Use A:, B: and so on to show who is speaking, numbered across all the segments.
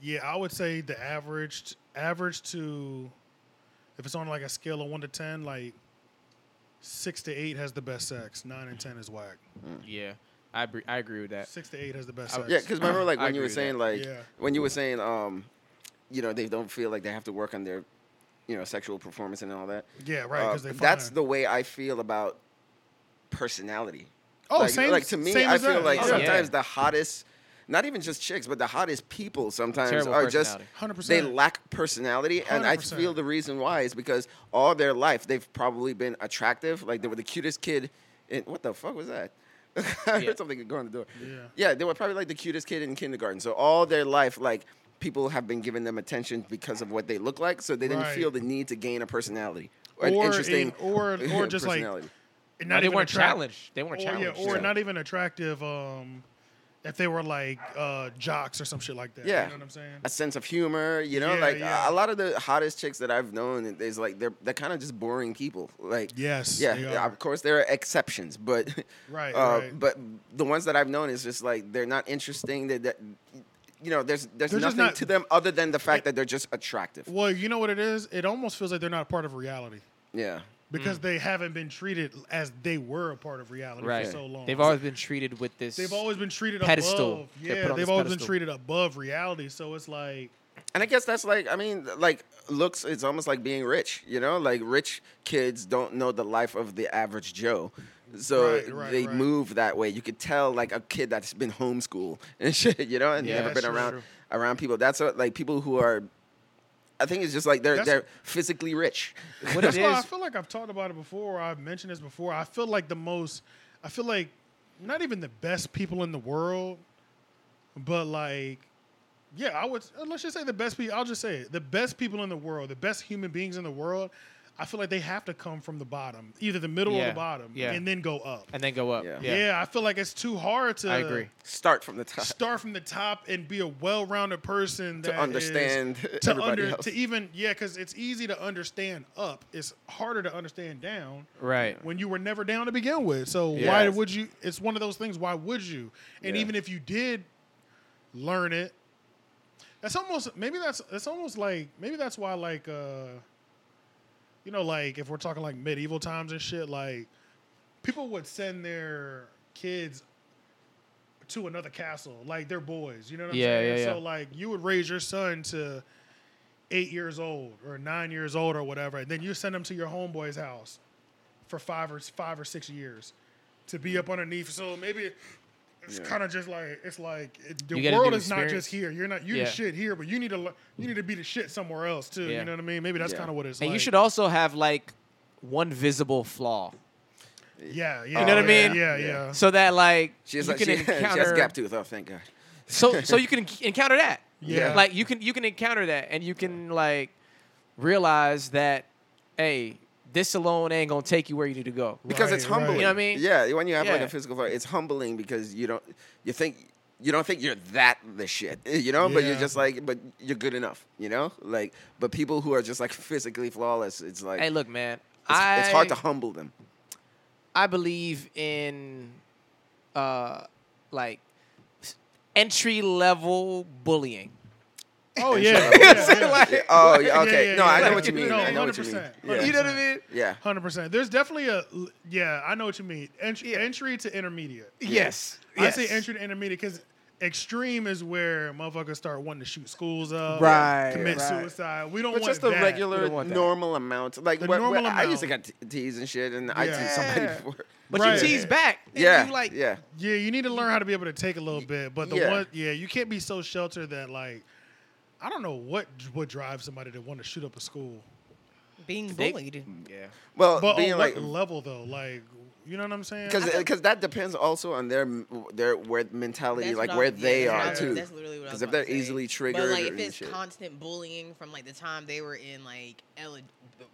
A: Yeah, I would say the average average to if it's on like a scale of one to ten, like six to eight has the best sex. Nine and ten is whack.
B: Yeah, I agree, I agree with that.
A: Six to eight has the best
B: I-
A: sex.
C: Uh, Yeah, because remember, like
B: I
C: when
B: agree
C: you were
B: with
C: saying,
B: that.
C: like
A: Yeah.
C: when you were saying, um, you know, they don't feel like they have to work on their, you know, sexual performance and all that.
A: yeah, right.
C: Uh,
A: Because they
C: that's
A: fine.
C: the way I feel about personality.
A: Oh,
C: like,
A: same-
C: Like to me,
A: same
C: I
A: as
C: feel
A: that.
C: like
A: Oh, yeah.
C: sometimes the hottest, not even just chicks, but the hottest people sometimes
B: Terrible
C: are just
B: personality.
A: 100%.
C: they lack personality, and I
A: 100%.
C: feel the reason why is because all their life they've probably been attractive. Like they were the cutest kid. In, what the fuck was that?
B: Yeah.
C: I heard something go on the door.
A: Yeah.
C: Yeah, they were probably like the cutest kid in kindergarten. So all their life, like people have been giving them attention because of what they look like, so they didn't
A: Right.
C: feel the need to gain a personality or,
A: or
C: an
A: a-
C: interesting
A: or or just like
C: personality.
A: and
B: No,
A: not
B: they
A: even
B: weren't
A: attract-
B: challenged. They weren't
A: or,
B: challenged.
A: Yeah, or
C: yeah.
A: not even attractive. Um, if they were like uh, jocks or some shit like that.
C: Yeah.
A: you know what I'm saying.
C: a sense of humor, you know,
A: Yeah,
C: like
A: yeah.
C: a lot of the hottest chicks that I've known is like they're they're kind of just boring people. Like
A: Yes,
C: yeah,
A: they are.
C: of course there are exceptions, but
A: Right,
C: uh,
A: right.
C: but the ones that I've known is just like they're not interesting. That that you know, there's there's
A: They're just
C: nothing
A: not-
C: to them other than the fact that they're just attractive.
A: Well, you know what it is. It almost feels like they're not a part of
B: Mm.
A: reality
C: Yeah,
A: because they haven't been treated as they were a part of reality
B: right.
A: for so long.
B: They've always been treated with this.
A: They've always been treated
B: Pedestal.
A: above.
B: They're
A: Yeah,
B: put on
A: they've
B: this
A: always been
B: pedestal.
A: treated above reality. So it's like,
C: and I guess that's like I mean like looks. It's almost like being rich. You know, like rich kids don't know the life of the average Joe. So
A: Right, right,
C: they
A: right.
C: move that way. You could tell like a kid that's been homeschooled and shit. You know, and
B: Yeah,
C: never
A: that's
C: been
A: true,
C: around
A: true.
C: around people. That's what, like people who are. I think it's just like they're
A: That's-
C: they're physically rich.
B: What it
A: That's why I
B: is?
A: feel like I've talked about it before. I've mentioned this before. I feel like the most, I feel like not even the best people in the world, but like, yeah, I would, uh, let's just say the best people, I'll just say it. The best people in the world, the best human beings in the world, I feel like they have to come from the bottom, either the middle or
B: Yeah,
A: the bottom,
B: yeah.
A: and then go up.
B: And then go up.
C: Yeah.
B: Yeah.
A: Yeah. I feel like it's too hard to.
B: I agree.
C: Start from the top.
A: Start from the top and be a well-rounded person that
C: To
A: is-
C: understand
A: to
C: everybody
A: under,
C: else.
A: to even yeah, because it's easy to understand up. It's harder to understand down
B: Right.
A: when you were never down to begin with. So why
C: Yes.
A: would you? It's one of those things. Why would you? And
C: Yeah.
A: even if you did learn it, that's almost maybe that's that's almost like maybe that's why like uh, you know like if we're talking like medieval times and shit like people would send their kids to another castle like their boys. You know what I'm
B: Yeah,
A: saying?
B: yeah,
A: So
B: yeah.
A: like you would raise your son to eight years old or nine years old or whatever, and then you send them to your homeboy's house for five or five or six years to be up underneath. So maybe it's
C: Yeah.
A: kind of just like it's like it, the
B: You gotta
A: world
B: do
A: is not just
B: experience.
A: here. You're not you
B: Yeah.
A: the shit here, but you need to le- you need to be the shit somewhere else too.
B: Yeah.
A: You know what I mean? Maybe that's
C: Yeah.
A: kind of what it's
B: And
A: like.
B: you should also have like one visible flaw,
A: yeah, yeah.
B: know what I
A: yeah,
B: mean?
A: Yeah, yeah.
C: Yeah.
B: so that like
C: She's
B: you
C: like
B: can
C: she, she has
B: encounter
C: gap tooth. Oh, thank God.
B: so so you can encounter that.
A: Yeah.
B: Like you can you can encounter that and you can like realize that hey, this alone ain't gonna take you where you need to go.
C: because it's
A: Right, right.
C: humbling.
B: You know what I mean?
C: Yeah, when you have like
B: Yeah.
C: a physical fight, it's humbling because you don't you think you don't think you're that the shit, you know, but you're
A: Yeah.
C: just like but you're good enough, you know? Like but people who are just like physically flawless, it's like
B: Hey, look, man.
C: it's,
B: I,
C: it's hard to humble them.
B: I believe in uh like entry level bullying.
A: Oh yeah.
C: You know
A: yeah,
C: what I'm
A: yeah.
C: Yeah, Oh, yeah,
A: yeah,
C: okay.
A: yeah,
C: no,
A: yeah,
C: I know
A: yeah.
C: what you mean.
A: No,
C: I know what you mean.
A: 100%,
C: Yeah.
B: You know what I mean?
C: Yeah.
A: Hundred percent. There's definitely a yeah. I know what you mean. Ent- Entry to intermediate.
B: Yes.
A: I say entry to intermediate because extreme is where motherfuckers start wanting to shoot schools up,
B: Right,
A: Commit
B: right.
A: suicide. We don't
C: But
A: want
C: just the
A: that.
B: We
C: regular,
B: don't want that.
C: normal amount. Like
A: The
C: what, what-
A: normal
C: I used to
A: amount.
C: get t- teased and shit, and I teased
B: Yeah.
C: somebody for.
B: But
A: Right.
B: you tease back. and
C: Yeah,
B: You like
C: yeah.
A: Yeah, you need to learn how to be able to take a little bit, but the
C: yeah.
A: one, yeah, you can't be so sheltered that like, I don't know what would drive somebody to want to shoot up a school,
D: Being
B: They-
D: bullied.
B: Yeah.
C: Well,
A: but
C: being
A: on
C: like
A: what level though? Like, you know what I'm
D: Mm,
A: saying?
C: because because that depends also on their their where mentality,
D: That's
C: like
D: what I
C: where
D: was-
C: they
D: yeah,
C: are
D: that's-
C: too.
D: That's literally what I was
C: 'Cause if
D: about
C: they're
D: to say.
C: easily
D: But
C: triggered
D: like if
C: and
D: it's
C: shit.
D: constant bullying from like the time they were in like ele-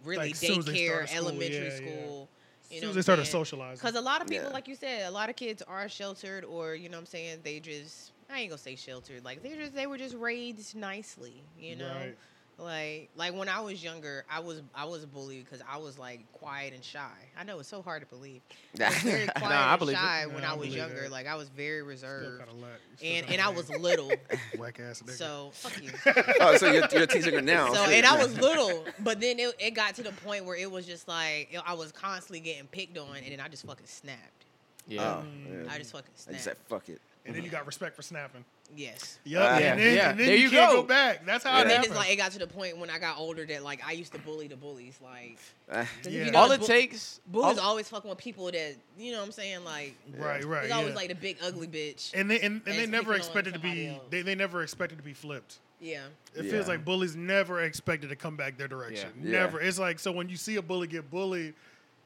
D: really
A: Like, soon as they
D: daycare,
A: started school,
D: elementary
A: yeah, yeah.
D: school. You
A: As soon as
D: know what
A: they
D: I'm
A: started
D: saying?
A: socializing.
D: Because a lot of people,
C: Yeah.
D: like you said, a lot of kids are sheltered, or you know, what I'm saying they just I ain't gonna say sheltered. Like they just they were just raised nicely, you know.
A: Right.
D: Like like when I was younger, I was I was bullied because I was like quiet and shy. I know it's so hard to believe. I was very
C: Nah,
D: quiet
B: I
D: and
B: believe it.
D: shy
A: Nah,
D: when
A: I
D: I was
A: believe
D: younger.
A: that.
D: Like I was very
A: Still
D: reserved,
A: kinda lack- still
D: and
A: kinda
D: and I
A: lack.
D: was little.
A: whack ass nigga.
D: so fuck you.
C: oh, so you're, you're teasing her now.
D: So
C: Shit.
D: and I was little, but then it, it got to the point where it was just like you know, I was constantly getting picked on, and then I just fucking snapped.
A: Uh,
B: Yeah.
C: Oh, yeah.
D: Mm, I just fucking
C: I
D: snapped.
C: just said, fuck it.
A: and then you got respect for snapping.
D: yes.
A: Yep.
C: Ah.
A: and then,
B: Yeah,
A: and then
B: there
A: you,
B: you
A: can't go.
B: go.
A: back. That's how
D: And
A: it
D: then
A: happens.
D: it's like it got to the point when I got older that like I used to bully the bullies. Like
C: Uh,
D: 'cause if
A: Yeah.
D: you
B: all
D: know,
B: it
D: bu-
B: takes.
D: bullies
B: all-
D: always fucking with people that you know what I'm saying. Like
A: right, right.
D: it's
A: yeah.
D: always like the big ugly bitch.
A: and they and, and they
D: it's
A: never
D: picking on
A: expected to
D: somebody
A: be
D: else.
A: they, they never expected to be flipped.
D: yeah.
A: It
C: Yeah.
A: feels like bullies never expected to come back their direction.
C: Yeah.
A: Never. It's like so when you see a bully get bullied,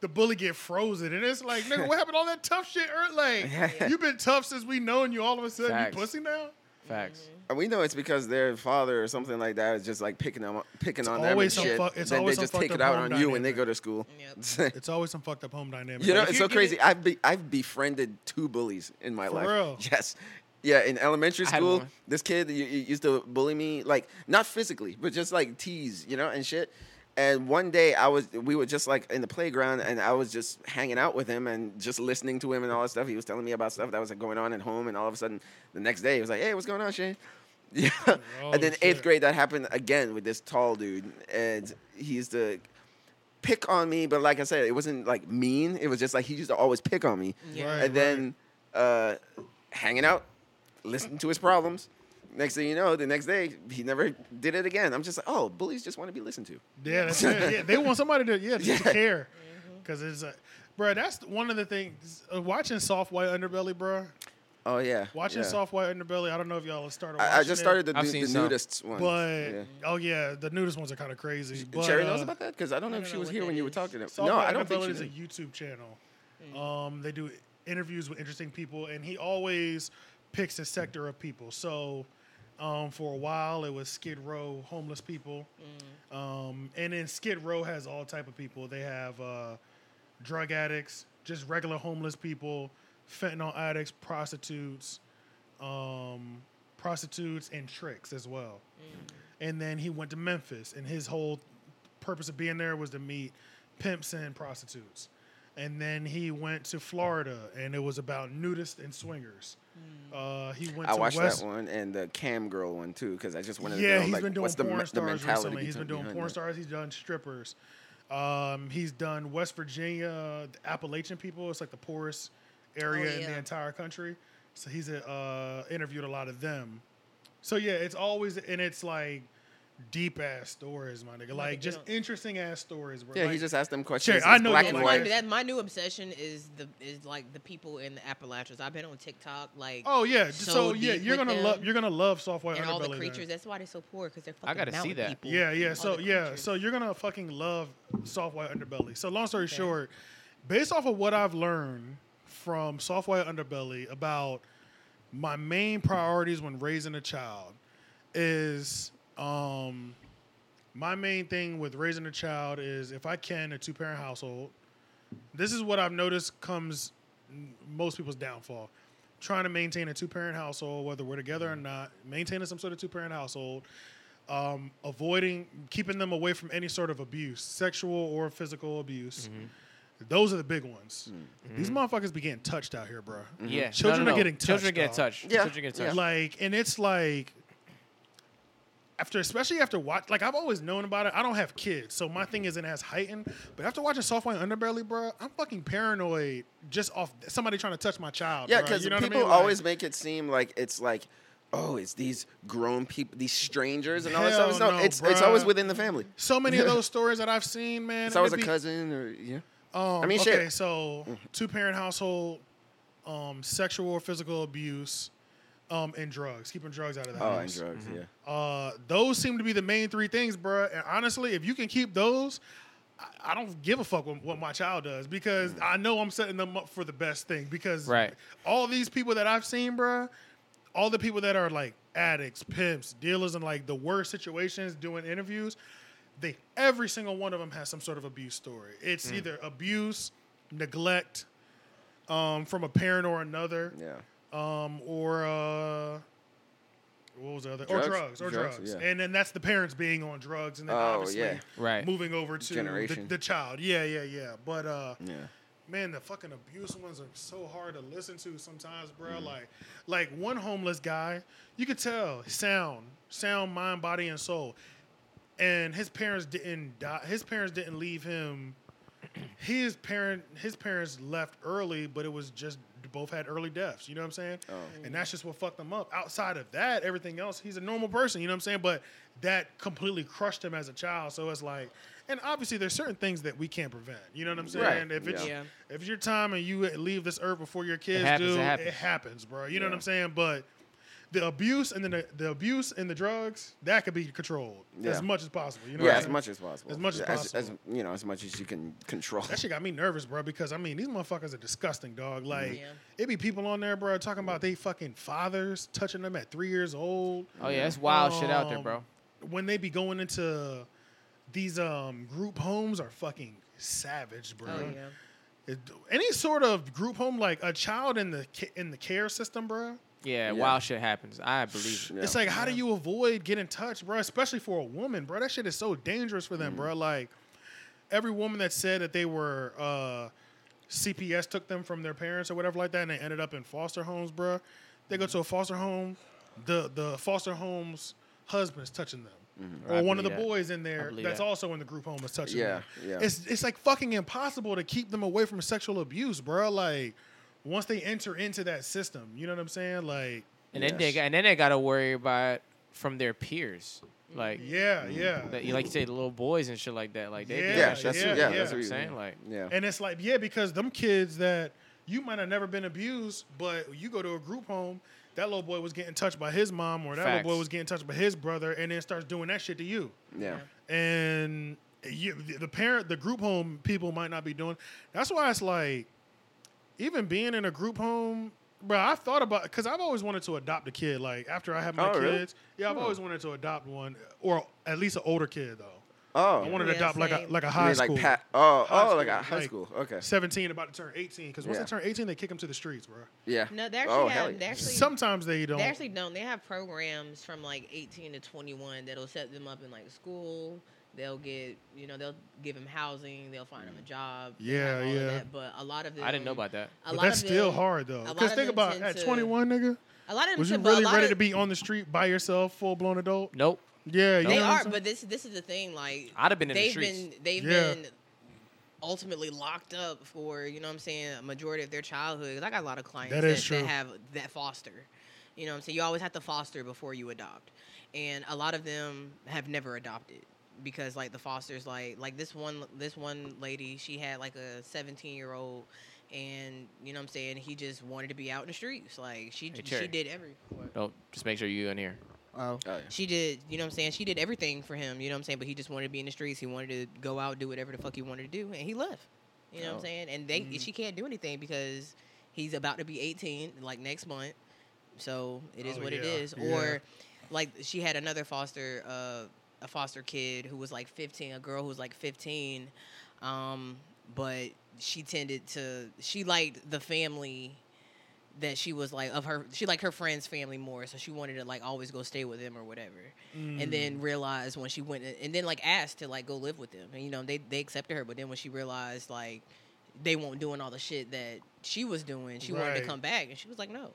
A: the bully get frozen, and it's like, nigga, what happened? to All that tough shit, er, like you've been tough since we known you. All of a sudden,
B: Facts.
A: you pussy now.
B: Facts.
C: Ah, we know it's because their father or something like that is just like picking them, picking on them
A: always some
C: and shit.
A: fuck- it's
C: then
A: always
C: they
A: some
C: just take
A: fucked
C: it
A: up
C: out
A: home
C: on you when they
A: dynamic.
C: go to school.
A: It's always some fucked up home dynamic.
C: You know,
B: if
C: it's
B: you're
C: so crazy.
B: getting-
C: I've be, I've befriended two bullies in my
A: For
C: life.
A: real?
C: Yes. Yeah, in elementary
B: I had
C: school,
B: one.
C: this kid you, used to bully me, like not physically, but just like tease, you know, and shit. And one day I was, we were just like in the playground, and I was just hanging out with him and just listening to him and all that stuff. He was telling me about stuff that was like, going on at home, and all of a sudden, the next day, he was like, "Hey, what's going on, Shane?" Yeah.
A: Oh,
C: and then
A: shit.
C: eighth grade, that happened again with this tall dude, and he used to pick on me, but like I said, it wasn't like mean. It was just like he used to always pick on me.
D: Yeah.
A: Right,
C: and then uh, hanging out, listening to his problems. Next thing you know, the next day he never did it again. I'm just like, oh, bullies just want to be listened to.
A: Yeah, that's it. Yeah, they want somebody to yeah, just to
C: Yeah. Mm-hmm.
A: care, because it's, uh, bro. That's one of the things. Uh, watching soft white underbelly, bro.
C: Oh yeah,
A: Watching
C: yeah.
A: soft white underbelly. I don't know if y'all started.
C: I, I
A: watching
C: just
A: it,
C: started the,
B: I've
C: nu-
B: seen
C: the
B: some.
C: nudist one.
A: but
C: yeah.
A: oh yeah, the nudist ones are kind of crazy. But,
C: Cherry
A: uh,
C: knows about that because I don't know
D: I
C: if
D: don't
C: she
D: know
C: was
D: what
C: here
D: that
C: when you were
D: is.
C: talking to.
A: Soft
C: No,
A: White
C: I don't think
A: Underbelly
C: she
A: is a
C: did.
A: YouTube channel. Um, they do interviews with interesting people, and he always picks a sector of people. So, um, for a while, it was Skid Row homeless people, um, and then Skid Row has all type of people. They have uh, drug addicts, just regular homeless people, fentanyl addicts, prostitutes, um, prostitutes, and tricks as well. And then he went to Memphis, and his whole purpose of being there was to meet pimps and prostitutes. And then he went to Florida, and it was about nudists and swingers. Uh, he went.
C: I
A: to
C: watched
A: West-
C: that one and the cam girl one too because I just wanted
A: yeah,
C: to know
A: he's
C: like
A: been doing
C: what's the,
A: porn
C: me- the
A: stars recently.
C: mentality
A: He's been
C: behind
A: doing porn
C: that.
A: stars. He's done strippers. Um, he's done West Virginia, the Appalachian people. It's like the poorest
C: Oh,
A: area in the
D: yeah.
A: entire country. So he's uh, interviewed a lot of them. So yeah, it's always and it's like deep ass stories, my nigga. Like
D: they
A: just
D: don't-
A: interesting ass stories. Bro.
C: Yeah,
A: like,
C: he just asked them questions.
A: I
C: It's
A: know
C: black
A: you
C: and
D: That's
A: like
D: my,
C: white.
A: it.
D: that, my new obsession is the is like the people in the Appalachians. I've been on TikTok like
A: Oh yeah, so,
D: so
A: yeah,
D: deep
A: you're
D: with
A: gonna
D: them
A: love you're gonna love soft white
D: and
A: underbelly.
D: all the
A: then.
D: creatures. That's why they're so poor because they're fucking
B: I gotta see
D: mountain
B: that.
D: people.
A: Yeah, yeah.
D: All
A: So
D: the
A: yeah,
D: creatures.
A: so you're gonna fucking love soft white underbelly. So long story short, based off of what I've learned from soft white underbelly about my main priorities when raising a child is um my main thing with raising a child is if I can a two parent household. This is what I've noticed comes n- most people's downfall. Trying to maintain a two parent household, whether we're together
B: Mm-hmm.
A: or not, maintaining some sort of two parent household, um, avoiding keeping them away from any sort of abuse, sexual or physical abuse.
B: Mm-hmm.
A: Those are the big ones. These motherfuckers be getting touched out here, bro.
B: Yeah.
A: Children
B: No,
A: are
B: no, no.
A: getting touched.
B: Children are getting
A: dog.
B: touched.
C: Yeah.
B: Children are getting
C: Yeah.
B: touched.
A: Like, and it's like after, especially after watch, like I've always known about it. I don't have kids, so my thing isn't as heightened. But after watching Soft White Underbelly, bro, I'm fucking paranoid just off somebody trying to touch my child.
C: Yeah,
A: bruh.
C: because
A: you know what I
C: people
A: mean? Like-
C: always make it seem like it's like, oh, it's these grown people, these strangers, and all that
A: Hell
C: stuff. No,
A: no,
C: it's it's always
A: bruh.
C: within the family.
A: so many of those stories that I've seen, man.
C: It's
A: and
C: always
A: it
C: a
A: be-
C: cousin or yeah.
A: Um,
C: I mean,
A: okay,
C: shit.
A: so two parent household, um, sexual or physical abuse, um, and drugs. Keeping drugs out of the
C: Oh, and
A: house.
C: drugs. Yeah.
A: Uh, those seem to be the main three things, bruh. And honestly, if you can keep those, I, I don't give a fuck what, what my child does because I know I'm setting them up for the best thing. Because
B: Right.
A: all these people that I've seen, bruh, all the people that are like addicts, pimps, dealers, and like the worst situations doing interviews, they every single one of them has some sort of abuse story. It's either abuse, neglect, um, from a parent or another
C: Yeah.
A: um, or uh, what was the other
C: Drugs?
A: or drugs or drugs,
C: Drugs, yeah.
A: and then that's the parents being on drugs and then
C: Oh,
A: obviously
C: yeah.
B: Right.
A: moving over to the,
C: Generation.
A: the child yeah yeah yeah but uh
C: Yeah.
A: man the fucking abuse ones are so hard to listen to sometimes bro like like one homeless guy you could tell sound sound mind body and soul and his parents didn't die his parents didn't leave him his parent his parents left early, but it was just both had early deaths. You know what I'm saying? And that's just what fucked them up. Outside of that, everything else, he's a normal person. You know what I'm saying? But that completely crushed him as a child. So it's like, and obviously there's certain things that we can't prevent. You know what I'm saying?
B: Right.
A: If it's
D: Yeah.
A: if it's your time and you leave this earth before your kids
B: happens,
A: do,
B: it happens.
A: it happens, bro. You know what
C: Yeah.
A: I'm saying? But the abuse and then the, the abuse and the drugs that could be controlled
C: Yeah.
A: as much as possible. You know
C: yeah,
A: what I'm
C: as
A: saying?
C: much as possible.
A: As much as
C: Yeah,
A: possible.
C: you know, as much as you can control.
A: That shit got me nervous, bro, because I mean, these motherfuckers are disgusting, dog. Like,
D: Mm, Yeah.
A: it be people on there, bro, talking about they fucking fathers touching them at three years old.
B: Oh yeah, that's wild shit out there,
A: Um,
B: bro.
A: When they be going into these um group homes are fucking savage, bro.
D: Oh yeah.
A: It- any sort of group home, like a child in the ca- in the care system, bro.
B: Yeah,
C: Yeah.
B: wild shit happens. I believe it.
C: Yeah.
A: It's like, how do you avoid getting touched, bro? Especially for a woman, bro. That shit is so dangerous for them,
B: Mm.
A: bro. Like, every woman that said that they were uh, CPS took them from their parents or whatever like that, and they ended up in foster homes, bro. They
B: Mm.
A: go to a foster home. The the foster home's husband is touching them.
B: Mm-hmm. I
A: Or one of the
B: believe that.
A: boys in there
B: believe
A: that's
B: that.
A: also in the group home is touching
C: Yeah,
A: them.
C: yeah.
A: It's it's like fucking impossible to keep them away from sexual abuse, bro. Like once they enter into that system, you know what I'm saying? Like,
B: And then they
C: Yes.
B: got, and then they got to worry about from their peers, like
A: yeah, yeah.
B: that, you like you say the little boys and shit like that. Like they,
A: Yeah,
B: do that
C: yeah,
B: shit,
C: that's
A: yeah,
C: yeah,
A: yeah.
C: that's what
B: you know what I'm
C: you
B: saying like
C: Yeah.
A: And it's like, yeah, because them kids that you might have never been abused, but you go to a group home, that little boy was getting touched by his mom, or that
B: Facts.
A: little boy was getting touched by his brother, and then starts doing that shit to you.
C: yeah.
A: And you, the parent, the group home people might not be doing. That's why it's like, even being in a group home, bro. I've thought about because I've always wanted to adopt a kid. Like after I have my
C: Oh,
A: kids,
C: really?
A: yeah, I've always wanted to adopt one, or at least an older kid though.
C: Oh.
A: I wanted to
D: Yeah,
A: adopt like a
D: same.
A: like a
C: You
A: high
C: mean
A: school.
C: like Pat. Oh,
A: High
C: oh, like
A: school,
C: a high
A: like-
C: school. Okay.
A: 17 about to turn 18 because once
C: Yeah.
A: they turn 18 they kick them to the streets bro
C: Yeah.
D: No, they actually
C: oh, hell
D: have.
C: yeah.
D: They actually.
A: sometimes they don't
D: They actually don't. They have programs from like 18 to 21 that'll set them up in like school. They'll get, you know, they'll give them housing. They'll find them a job. they have
A: Yeah,
D: all of
A: yeah.
D: that, But a lot of them,
B: I didn't know about that.
D: A
A: but
D: lot
A: that's
D: of
A: still
D: them-
A: hard though
D: a lot
A: because
D: of
A: think
D: them
A: about
D: tend
A: at
D: to-
A: 21 nigga
D: A lot of them
A: was you
D: tend- but a
A: really
D: lot
A: ready
D: of-
A: to be on the street by yourself full blown adult
B: Nope.
A: yeah you
D: They
A: know what I'm
D: are,
A: saying?
D: but this this is the thing. Like
B: I'd have been in the
D: they've
B: streets.
D: been they've
A: Yeah.
D: been ultimately locked up for you know what I'm saying a majority of their childhood. 'Cause I got a lot of clients
A: That
D: that,
A: is true.
D: that have that foster. You know what I'm saying. You always have to foster before you adopt, and a lot of them have never adopted because like the fosters like like this one this one lady she had like a 17 year old and you know what I'm saying he just wanted to be out in the streets like she
B: Cherry.
D: she did every
B: Nope. Just make sure you in here.
D: Oh.
C: Oh, yeah.
D: She did, you know what I'm saying? She did everything for him, you know what I'm saying? But he just wanted to be in the streets. He wanted to go out, do whatever the fuck he wanted to do, and he left. You know what
C: Oh.
D: I'm saying? And they she can't do anything because he's about to be 18 like next month. So it is
A: Oh,
D: what it
A: yeah,
D: is.
A: yeah.
D: Or like she had another foster uh a foster kid who was like 15, a girl who was like 15. Um but she tended to she liked the family that she was like of her she liked her friend's family more so she wanted to like always go stay with them or whatever and
A: Mm.
D: then realized when she went and then like asked to like go live with them and you know they they accepted her but then when she realized like they weren't doing all the shit that she was doing she wanted
A: Right. Mm-hmm.
D: to come back and she was like no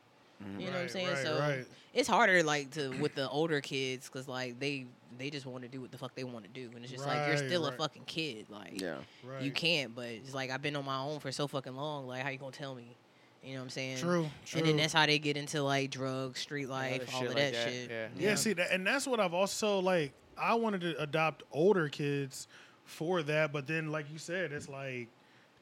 D: you know what i'm
A: Right,
D: saying
A: right,
D: so
A: right.
D: it's harder like to with the older kids because like they they just want to do what the fuck they want to do and it's just like you're
A: Right,
D: still a
A: right.
D: fucking kid like
C: Yeah.
A: right.
D: you can't. But it's like I've been on my own for so fucking long. Like how you gonna tell me? You know what I'm saying?
A: True,
D: And then
A: true.
D: that's how they get into like drugs, street life,
B: Other
D: all
B: shit
D: of
B: like
D: that,
B: that,
D: shit.
B: yeah.
A: yeah, see that and that's what i've also like i wanted to adopt older kids for that but then like you said it's like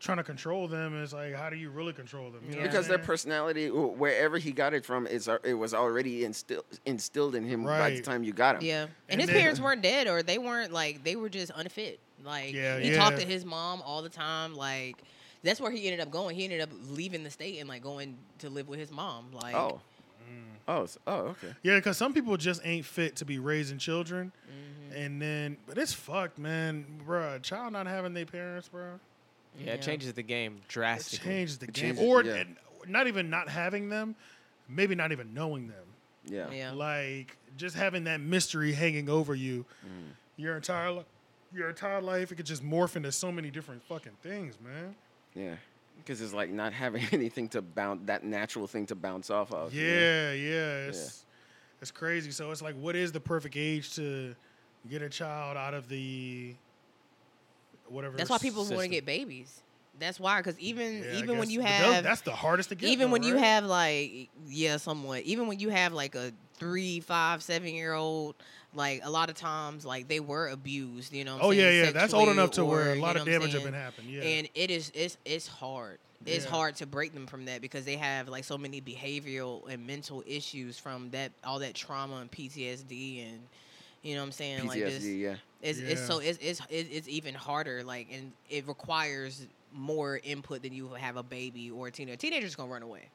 A: trying to control them is like how do you really control them you know what I'm
C: Because their
A: saying?
C: personality, wh- wherever he got it from, is al- it was already instilled instilled in him by the
A: Right.
C: time you got him.
D: Yeah. And,
A: And
D: his
A: then-
D: parents weren't dead or they weren't like they were just unfit. Like
A: Yeah,
D: he
A: yeah.
D: talked to his mom all the time. Like that's where he ended up going. He ended up leaving the state and like going to live with his mom. Like
C: Oh.
A: Mm.
C: Oh. s- Oh. Okay.
A: Yeah, because some people just ain't fit to be raising children, and then but it's fucked, man, Bruh, A child not having their parents, bruh,
B: Yeah,
D: Yeah.
B: it changes the game
A: it
B: drastically.
A: changes the game.
C: changes-
A: or
C: yeah.
A: and not even not having them, maybe not even knowing them.
C: Yeah.
D: yeah.
A: Like just having that mystery hanging over you
C: Mm.
A: your entire li- your entire life, it could just morph into so many different fucking things, man.
C: Yeah. Because it's like not having anything to bounce that natural thing to bounce off of. you know?
A: Yeah, yeah, it's it's crazy. So it's like, what is the perfect age to get a child out of the whatever?
D: That's why people want to
B: System.
D: get babies. That's why, because even
A: Yeah, I
D: even when
A: guess.
D: you
A: But tho-
D: have
A: that's the hardest to get.
D: even
A: though,
D: when you
A: right?
D: have like yeah somewhat even when you have like a three five seven year old like a lot of times like they were abused you know what I'm
A: oh yeah,
D: saying,
A: yeah, that's old
D: sexually
A: enough to where
D: or,
A: a
D: you
A: lot
D: know
A: of
D: what I'm
A: damage have
D: saying?
A: been happening. Yeah,
D: and it is it's it's hard it's
A: Yeah.
D: hard to break them from that because they have like so many behavioral and mental issues from that all that trauma and ptsd and you know what i'm saying like
C: PTSD,
D: this
C: yeah.
D: it's,
A: Yeah.
D: it's so it's, it's it's it's even harder. Like, and it requires more input than you have a baby or a teenager. Teenagers gonna run away.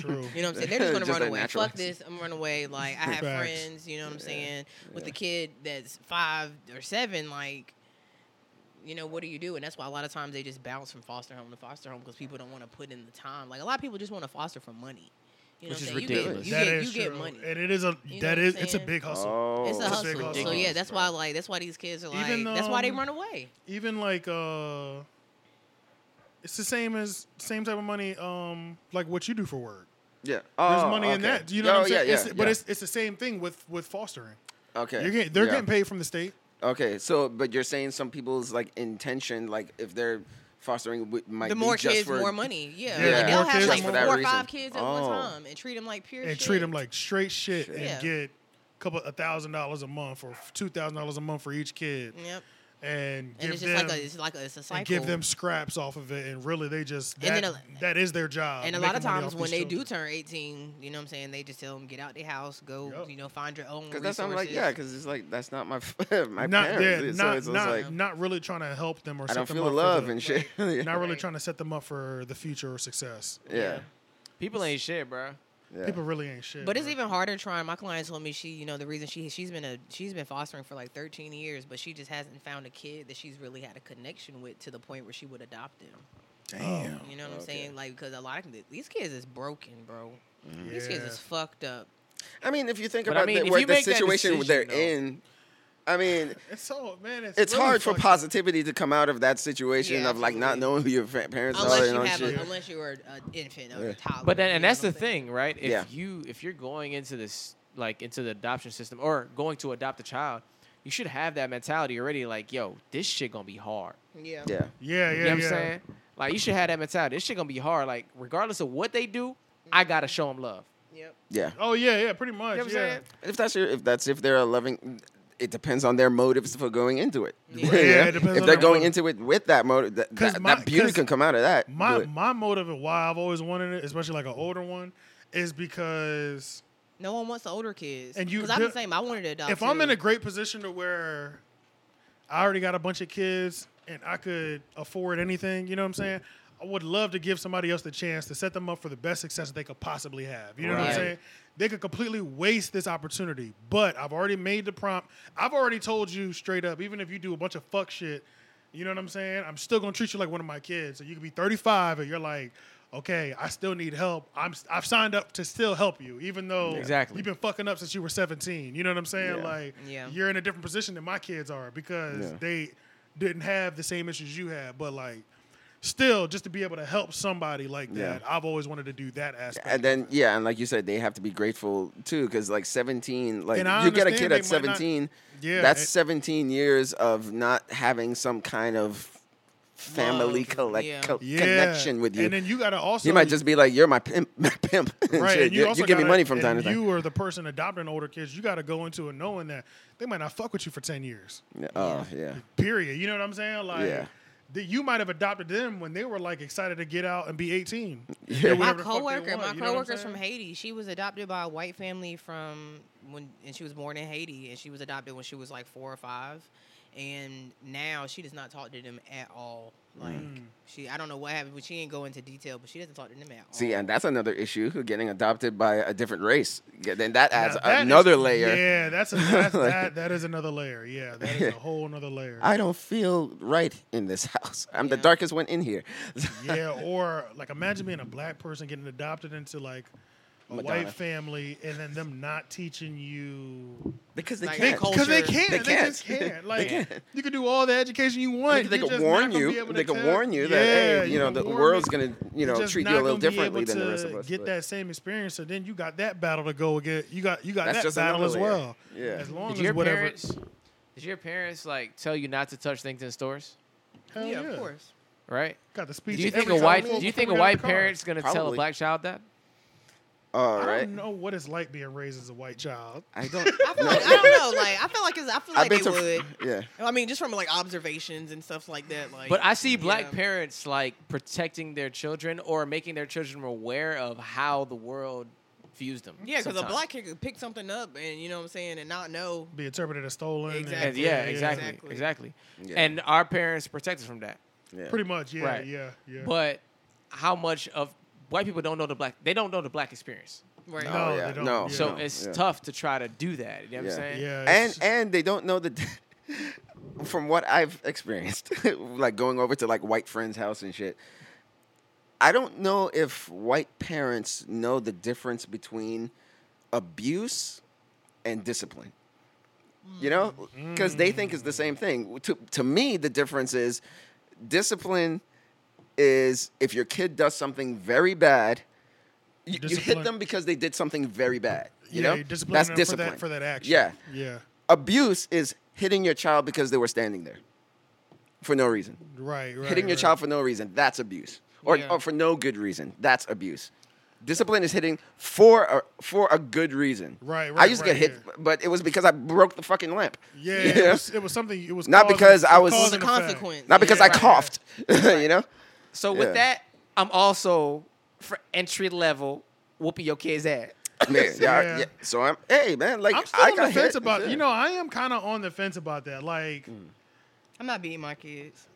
A: true.
D: You know what I'm saying? They're just gonna
C: Just
D: run
C: like
D: away.
C: natural.
D: Fuck this, I'm run away. Like I have
A: Facts.
D: friends. You know what I'm
C: Yeah,
D: saying? With
C: yeah.
D: the kid that's five or seven, like. You know what do you do, and that's why a lot of times they just bounce from foster home to foster home because people don't want to put in the time. Like a lot of people just want to foster for money. You know
B: Which
D: what
B: is
D: I'm saying?
B: ridiculous.
D: You
A: That
D: get, you get,
A: is
D: you get
A: true.
D: money.
A: and it is a
D: You know
A: that
D: what I'm
A: is it's a
D: saying?
A: big hustle.
C: Oh.
D: it's a
A: It's a
D: hustle.
A: big
D: so
A: hustle.
D: yeah, that's why like that's why these kids are like
A: Even
D: that's why they
A: though-
D: run away.
A: Even like uh, it's the same as same type of money um like what you do for work.
C: Yeah.
A: There's
C: Oh,
A: money in
C: okay.
A: that. You know
C: Oh,
A: what I'm saying?
C: Yeah, yeah,
A: it's, But
C: yeah.
A: it's it's the same thing with with fostering.
C: okay.
A: You're getting, they're
C: yeah.
A: getting paid from the state.
C: Okay, so but you're saying some people's like intention, like if they're fostering, w- might
D: the
C: be
D: more
C: just
D: kids,
C: for,
D: more money.
A: Yeah.
D: Yeah, Like,
A: More
D: they'll have
A: kids,
D: like
A: just for
D: four
A: that
D: or
C: reason.
D: five kids at
C: Oh.
D: one time and treat them like pure
A: and
D: shit.
A: treat them like straight shit, and
D: Yeah.
A: get a couple a thousand dollars a month or two thousand dollars a month for each kid,
D: Yep.
A: and
D: Mm. And
A: give
D: it's
A: them
D: just like a it's like a, it's a cycle.
A: and give them scraps off of it, and really they just that,
D: And then a-
A: that is their job.
D: and a lot of
A: making Uh, money
D: times
A: off
D: when
A: these
D: they do
A: children.
D: turn 18, you know what I'm saying, they just tell them get out the house, go,
A: Yup.
D: you know, find your own
C: Because
D: resources.
C: that's I'm like, yeah, because it's like that's not my f- my
A: not
C: parents.
A: yeah,
C: so
A: not
C: it's, it's
A: not,
C: like
A: not really trying to help them or
C: I
A: set
C: don't
A: them
C: feel
A: up for
C: love
A: the-
C: and shit. yeah.
A: Not really
D: Right.
A: trying to set them up for the future or success.
C: yeah.
B: People ain't shit, bro.
C: yeah.
A: People really ain't shit.
D: But it's
A: bro.
D: even harder trying. My client told me she, you know, the reason she she's been a she's been fostering for like 13 years, but she just hasn't found a kid that she's really had a connection with to the point where she would adopt them.
A: damn.
D: You know what I'm
C: Okay.
D: saying? Like because a lot of these kids is broken, bro.
C: Mm-hmm.
D: These kids
A: Yeah.
D: is fucked up.
C: I mean, if you think
B: But I
C: about
B: mean,
C: the,
B: if
C: where
B: you
C: the
B: make that
C: situation
B: decision,
C: they're
B: though-
C: in, I mean,
A: It's so man. It's,
C: it's
A: really
C: hard for
A: fucked-
C: positivity to come out of that situation
D: Yeah,
C: of like not
D: absolutely.
C: knowing who your fa- parents are
D: unless
C: and
D: you
C: all that
D: have
C: shit.
D: a, unless you are an infant or
C: Yeah.
D: a toddler.
B: But then,
D: you
B: and
D: know
B: that's
D: what
B: the
D: I'm saying?
B: thing, right? If
C: Yeah.
B: you if you're going into this like into the adoption system or going to adopt a child, you should have that mentality already. Like, yo, this shit gonna be hard.
D: Yeah.
C: yeah,
A: Yeah, yeah,
B: You know what
A: yeah.
B: I'm saying? Like, you should have that mentality. This shit gonna be hard. Like, regardless of what they do, I gotta show them love.
D: Yep.
C: yeah.
A: Oh yeah, yeah. Pretty much.
B: You know what I'm
A: yeah.
B: saying?
C: If that's your, if that's if they're a loving, it depends on their motives for going into it.
D: Yeah.
C: You
A: Yeah, it
C: know?
A: depends on
C: If
A: their
C: they're going
A: motive.
C: into it with that motive, that,
A: 'Cause
C: that,
A: my-
C: that beauty
A: 'cause
C: can come out of that.
A: My
C: But-
A: my motive and why I've always wanted it, especially like an older one, is because
D: No one wants the older kids.
A: And you-
D: because I'm the
A: the-
D: same. I wanted to adopt.
A: if I'm
D: too.
A: in a great position to where I already got a bunch of kids and I could afford anything, you know what I'm saying? I would love to give somebody else the chance to set them up for the best success that they could possibly have. You know what I'm
B: Right.
A: saying? They could completely waste this opportunity. But I've already made the prompt. I've already told you straight up, even if you do a bunch of fuck shit, you know what I'm saying? I'm still gonna treat you like one of my kids. So you could be 35 and you're like, okay, I still need help. I'm I've signed up to still help you, even though
B: Exactly.
A: you've been fucking up since you were 17. You know what I'm saying?
C: Yeah.
A: Like
D: Yeah.
A: you're in a different position than my kids are because
C: Yeah.
A: they didn't have the same issues you had. But like still just to be able to help somebody like
C: Yeah.
A: that, I've always wanted to do that aspect.
C: and then yeah, and like you said, they have to be grateful too, because like seventeen, like
A: And I
C: you get a
A: understand
C: kid
A: they
C: at
A: might not-
C: seventeen,
A: Yeah,
C: that's
A: it-
C: seventeen years of not having some kind of family
D: Love,
C: collect
D: yeah.
C: co-
A: yeah.
C: connection with you.
A: And then you gotta also
C: you might just be like, "You're my pimp, my pimp." and
A: Right,
C: shit.
A: and you,
C: You,
A: also
C: you give me
A: gotta-
C: money from
A: and
C: time to time.
A: You are the person adopting older kids. You got to go into it knowing that they might not fuck with you for ten years.
C: Oh yeah,
A: Period. You know what I'm saying? Like,
C: Yeah.
A: that you might have adopted them when they were like excited to get out and be 18.
C: Yeah.
A: Do
D: my
A: whatever the fuck they
D: coworker,
A: want,
D: my
A: you know what I'm
D: coworker's from
A: saying?
D: Haiti. She was adopted by a white family from when, and she was born in Haiti, and she was adopted when she was like four or five, and now she does not talk to them at all. Like
A: Hmm.
D: she, I don't know what happened, but she didn't go into detail. But she doesn't talk to them at all.
C: See, and that's another issue: getting adopted by a different race. Yeah, Then that adds
A: Now, that is-
C: another layer.
A: Yeah, that's, a, that's
C: Like-
A: that, that is another layer. Yeah, that is a whole another layer.
C: I don't feel right in this house. I'm the
D: Yeah.
C: darkest one in here.
A: yeah, or like imagine being a black person getting adopted into like a
C: Madonna.
A: white family and then them not teaching you
C: because they
D: Like,
C: can't.
D: Nicole-
A: because they
D: Culture.
A: can't.
C: They
A: They,
C: can't.
A: just can't. Like
C: can't.
A: you can do all the education you
C: They,
A: want.
C: they
A: you're
C: can
A: just not
C: warn
A: gonna be
C: you.
A: able to
C: They can
A: tell-
C: warn you that
A: Yeah,
C: hey, you know
A: can
C: the
A: warn
C: world's
A: me.
C: gonna you
A: You're
C: know
A: just
C: treat
A: not
C: you a little
A: gonna be
C: differently
A: able
C: than the rest
A: to
C: of us.
A: Get
C: but
A: that same experience, so then you got that battle to go again. You got you got
C: That's
A: that
C: just
A: battle
C: another
A: as
C: layer.
A: well.
C: Yeah.
A: As long
B: Did
A: as
B: your
A: whatever.
B: parents? Did your parents like tell you not to touch things in stores?
A: Hell
D: yeah, of course.
B: Right?
A: Got the speech.
B: Do you think
A: every
B: a
A: time
B: white?
A: before-
B: Do you
A: before
B: think
A: we
B: a
A: got in
B: white
A: the car.
B: parent's gonna tell a
C: Probably.
B: black child that?
C: All
A: I
C: right.
A: don't know what it's like being raised as a white child.
C: I don't.
D: I feel like I don't know. Like I feel like it's, I feel
C: I've
D: like
C: been
D: they
C: to.
D: would.
C: Yeah.
D: I mean, just from like observations and stuff like that. Like,
B: But I see black
D: yeah.
B: parents like protecting their children or making their children aware of how the world views them.
D: Yeah, because a
B: sometimes.
D: black kid could pick something up and you know what I'm saying, and not know.
A: Be interpreted as stolen. and-
B: And
D: Exactly.
B: yeah, exactly, exactly,
D: Exactly.
C: Yeah.
B: And our parents protect us from that.
C: yeah.
A: Pretty much. Yeah.
B: Right.
A: Yeah. Yeah.
B: But how much of white people don't know the black? They don't know the black experience.
D: Right.
A: No,
C: Oh,
A: they
C: yeah.
A: don't.
C: No.
A: Yeah.
B: So
C: no,
B: it's
C: yeah.
B: tough to try to do that. You know what I'm saying?
A: yeah.
C: and
A: it's-
C: and they don't know the from what i've experienced like going over to like white friends house and shit i don't know if white parents know the difference between abuse and discipline you know
A: Mm.
C: because they think it's the same thing to, to me the difference is discipline is if your kid does something very bad you, you hit
A: Discipline-
C: them because they did something very bad you
A: yeah,
C: know
A: you're disciplining
C: that's
A: them
C: discipline
A: for that, for that action.
C: yeah
A: Yeah.
C: abuse is hitting your child because they were standing there for no reason.
A: Right. Right.
C: hitting your
A: right.
C: child for no reason, that's abuse. Or,
D: Yeah.
C: or for no good reason, that's abuse. Discipline is hitting for a, for a good reason.
A: Right,
C: I
A: right,
C: used to
A: right,
C: get hit,
A: yeah.
C: but it was because I broke the fucking lamp.
A: Yeah.
C: You
A: It,
C: know?
A: was, it was something. It was
C: Not
A: cause
C: because I was-
A: cause
D: It was a
A: and effect.
D: consequence.
C: Not because
D: Yeah.
C: I coughed. you know.
B: So
C: Yeah.
B: with that, I'm also for entry level whooping your kid's ass.
C: Man, yeah,
A: Yeah.
C: yeah. So I'm. Hey, man. Like
A: I'm still
C: I
A: on
C: got
A: the fence
C: hit.
A: about.
C: Yeah.
A: You know, I am kind of on the fence about that. Like,
D: I'm not beating my kids.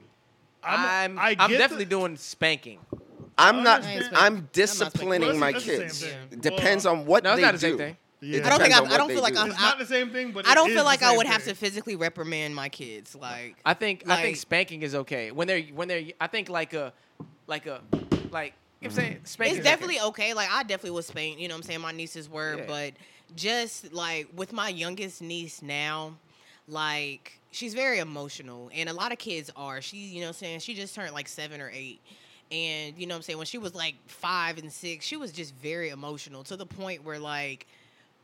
B: I'm
A: I'm. I
B: I'm,
A: get the-
B: definitely doing spanking.
C: I'm not.
A: I understand.
C: I'm
A: Well,
C: disciplining
A: that's-
C: my
A: that's the
C: kids.
A: same thing.
C: Depends
A: Well,
C: on what
B: No, it's
C: they
B: not the same
C: do.
B: thing.
A: Yeah.
C: It
A: I don't
D: think
C: depends
D: I-
C: on
D: I
C: what
D: don't
C: they
D: feel like
C: do.
D: I'm-
A: It's not the same thing, but
D: I
A: it
D: don't
A: is
D: feel
A: the
D: like I
A: same
D: would have
A: thing.
D: to physically reprimand my kids. Like,
B: I think I think
D: Like-
B: spanking is okay when they're when they're I think like a like a like you know what I'm saying spanking.
D: it's definitely okay. Like I definitely was spanked, you know what I'm saying? My nieces were,
B: Yeah.
D: but just like with my youngest niece now, like she's very emotional and a lot of kids are. She, you know what I'm saying? She just turned like 7 or 8. And you know what I'm saying? When she was like 5 and 6, she was just very emotional to the point where like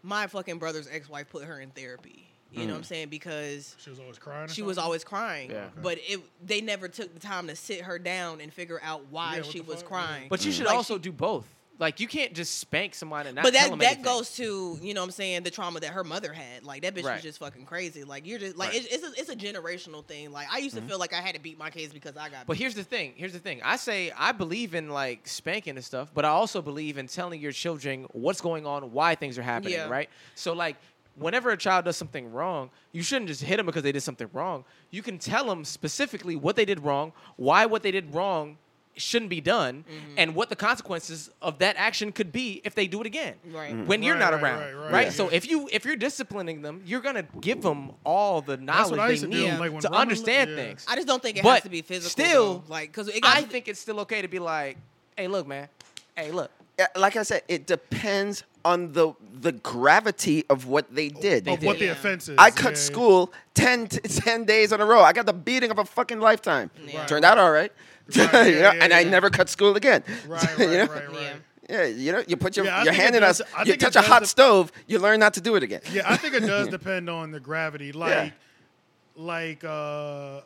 D: my fucking brother's ex-wife put her in therapy. You know what I'm saying? Because
A: She was always crying. or
D: she was
A: something?
D: always crying.
B: Yeah.
D: But it they never took the time to sit her down and figure out
A: Yeah,
D: why
A: what
D: she
A: the
D: was
A: fuck? Mm-hmm.
D: crying.
B: But you should
D: Mm. Like,
B: also do both. Like you can't just spank someone and not.
D: but
B: tell
D: that
B: them
D: that
B: anything.
D: goes to you know what I'm saying the trauma that her mother had like that bitch
B: Right.
D: was just fucking crazy like you're just like
B: Right. Mm-hmm.
D: it's it's a, it's a generational thing like I used to feel like I had to beat my kids because I got
B: But here's the thing. Here's the thing. I say I believe in like spanking and stuff, but I also believe in telling your children what's going on, why things are happening,
D: Yeah.
B: right? So like whenever a child does something wrong, you shouldn't just hit them because they did something wrong. You can tell them specifically what they did wrong, why what they did wrong shouldn't be done,
A: Mm-hmm.
B: and what the consequences of that action could be if they do it again.
D: Right. Mhm.
B: When you're
A: Right,
B: not
A: right,
B: around, right?
A: right, right. Yeah.
B: So if you if you're disciplining them, you're going to give them all the
A: That's what I
B: knowledge
A: used
B: they
A: to do.
B: need
A: Like when
B: to
A: Roman-
B: understand
A: yeah.
B: things.
D: I just don't think it
B: But
D: has to be physical
B: still,
D: though. like because it got
B: I think it's still okay to be like, hey, look, man. Hey, look.
C: Yeah, like I said, it depends on the the gravity of what they did.
A: Of what the
D: Yeah.
A: offense is.
C: I cut
A: yeah.
C: school 10, t- 10 days in a row. I got the beating of a fucking lifetime.
D: Yeah.
C: Turned out all right.
A: Right,
C: You
A: yeah,
C: know,
A: yeah,
C: and I
A: yeah.
C: never cut school again.
A: Right, right,
C: you know?
A: right, right.
D: Yeah.
C: Yeah, you know, you put your,
A: Yeah, I
C: your
A: think
C: hand
A: it
C: in
A: does-
C: us,
A: I
C: you
A: think it
C: touch a
A: does
C: hot
A: dep-
C: stove, you learn not to do it again.
A: Yeah, I think it does depend on the gravity. Like, like, uh,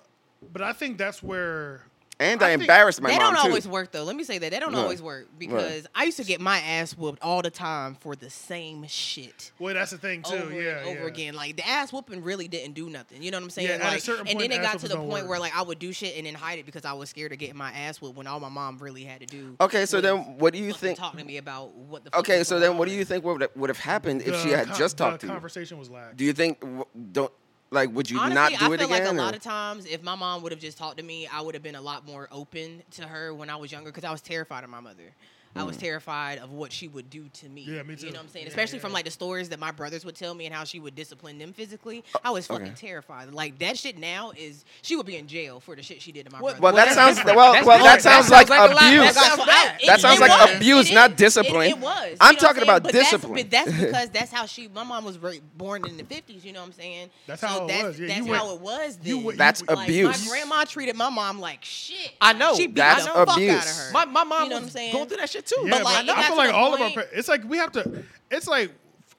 A: but I think that's where.
C: And
A: I
C: I,
A: think-
C: embarrassed my
D: they
C: mom
D: don't
C: too.
D: always work though. Let me say that they don't
C: Right.
D: always work because I used to get my ass whooped all the time for the same shit.
A: Well, that's the thing too.
D: over
A: yeah,
D: and over
A: yeah.
D: again. Like the ass whooping really didn't do nothing. You know what I'm saying?
A: Yeah, at a
D: like,
A: certain
D: and
A: point,
D: then it
A: ass
D: got to
A: whoopings
D: the
A: don't
D: point
A: work.
D: where like I would do shit and then hide it because I was scared of getting my ass whooped when all my mom really had to do.
C: Okay, so
D: was
C: then what do you
D: fucking
C: think?
D: Talk to me about what the. fuck
C: Okay,
D: was
C: so
D: going
C: then what
D: on.
C: do you think would have- would have happened if she
A: The
C: had
A: con-
C: just talked
A: the
C: to you?
A: conversation was lacked.
C: Do you think w- don't like would you
D: Honestly,
C: not do
D: I
C: it
D: feel
C: again?
D: like a
C: or-
D: lot of times, if my mom would have just talked to me, I would have been a lot more open to her when I was younger because I was terrified of my mother. I
C: Mm.
D: was terrified of what she would do to me.
A: Yeah, me too.
D: You know what I'm saying?
A: Yeah,
D: Especially
A: yeah,
D: from
A: yeah.
D: like the stories that my brothers would tell me and how she would discipline them physically. I was fucking
C: Oh, okay.
D: terrified. Like that shit now is she would be in jail for the shit she did to my
B: Well,
D: brother.
C: Well, that
B: that's
C: sounds
B: different.
C: well.
B: That's
C: well, that
B: different. That
C: sounds like
B: sounds like a lot.
C: abuse.
B: That sounds-
D: I-
C: That sounds like
D: was.
C: abuse,
D: It
C: not
D: is.
C: discipline.
D: It, it was. You
C: I'm
D: know what
C: talking about
D: saying? But that's-
C: discipline.
D: But that's because that's how she. My mom was ra- born in the 50s. You know what I'm saying?
A: That's
D: So
A: how it
D: that's,
A: was. Yeah,
D: that's
A: you
D: how
A: went-
D: it was.
A: you
D: then.
A: went-
C: That's
A: you-
D: Like,
C: abuse.
D: My grandma treated my mom like shit.
B: I know.
D: She beat
C: That's
D: the fuck out of
C: abuse.
D: her.
B: My, my mom
D: You know what
B: was
D: I'm saying?
B: going through that shit too.
A: Yeah,
D: But,
A: but
D: like, it
A: I
D: got
A: feel
D: to
A: like
D: the
A: all
D: point-
A: of our. pa- It's like we have to. It's like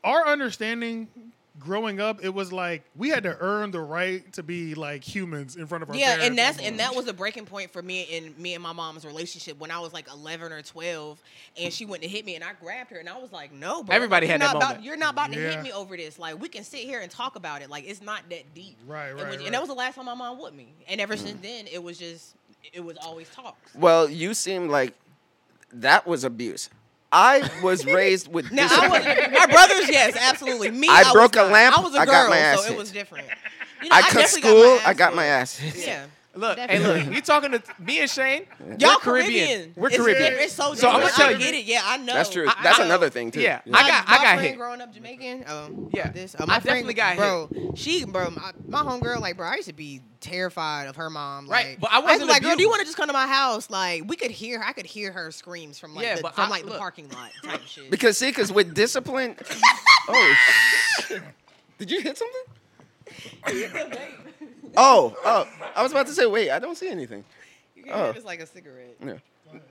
A: our understanding growing up. It was like we had to earn the right to be like humans in front of our
D: yeah,
A: parents
D: and that's
A: more.
D: and that was a breaking point for me and me and my mom's relationship when I was like 11 or 12, and she went to hit me, and I grabbed her, and I was like, "No, bro,
B: Everybody
D: you're
B: had
D: not
B: that
D: about,
B: moment.
D: You're not about to
A: Yeah.
D: hit me over this. Like, we can sit here and talk about it. Like, it's not that deep.
A: Right,
D: And
A: right,
D: when-
A: right.
D: And that was the last time my mom whooped me, and ever
C: Mm.
D: since then, it was just it was always talks.
C: Well, you seem like that was abuse. I was raised with
D: Now, I
C: discipline.
D: was, my brothers, yes, absolutely. Me,
C: I
D: was
C: broke a
D: not.
C: lamp,
D: I was a
C: I
D: girl,
C: got my ass
D: so
C: hit.
D: it was different. You know,
C: I cut
D: definitely got
C: school.
D: my
C: I got
D: hit.
C: my ass. hit.
D: Yeah.
B: Look, hey,
D: Definitely.
B: look, you talking to me and Shane?
D: Y'all
B: We're Caribbean. We're
D: It's
B: Caribbean.
D: different. It's so different.
B: So I'ma tell
D: I
B: you-
D: get it. Yeah, I know.
C: That's true.
D: I- I
C: That's
D: know.
C: another thing too.
B: Yeah, I
D: My-
B: got-
D: my
B: I got
D: friend
B: hit.
D: growing up Jamaican. Um,
B: Yeah.
D: this,
B: I
D: uh, my
B: definitely got
D: friend, bro, She, bro, my, my homegirl, like, bro, I used to be terrified of her mom.
B: Right,
D: like,
B: but I
D: used to
B: wasn't
D: be like, girl, do you
B: abused.
D: want to just come to my house? Like, we could hear, I could hear her screams from like,
B: Yeah,
D: the,
B: but
D: from
B: I-
D: like the
B: look.
D: parking lot type shit.
C: Because see, because with discipline. oh. shit. Did you hit something? Oh, oh! I was about to say, wait, I don't see anything.
D: you can
C: oh.
D: it's like a cigarette.
C: Yeah.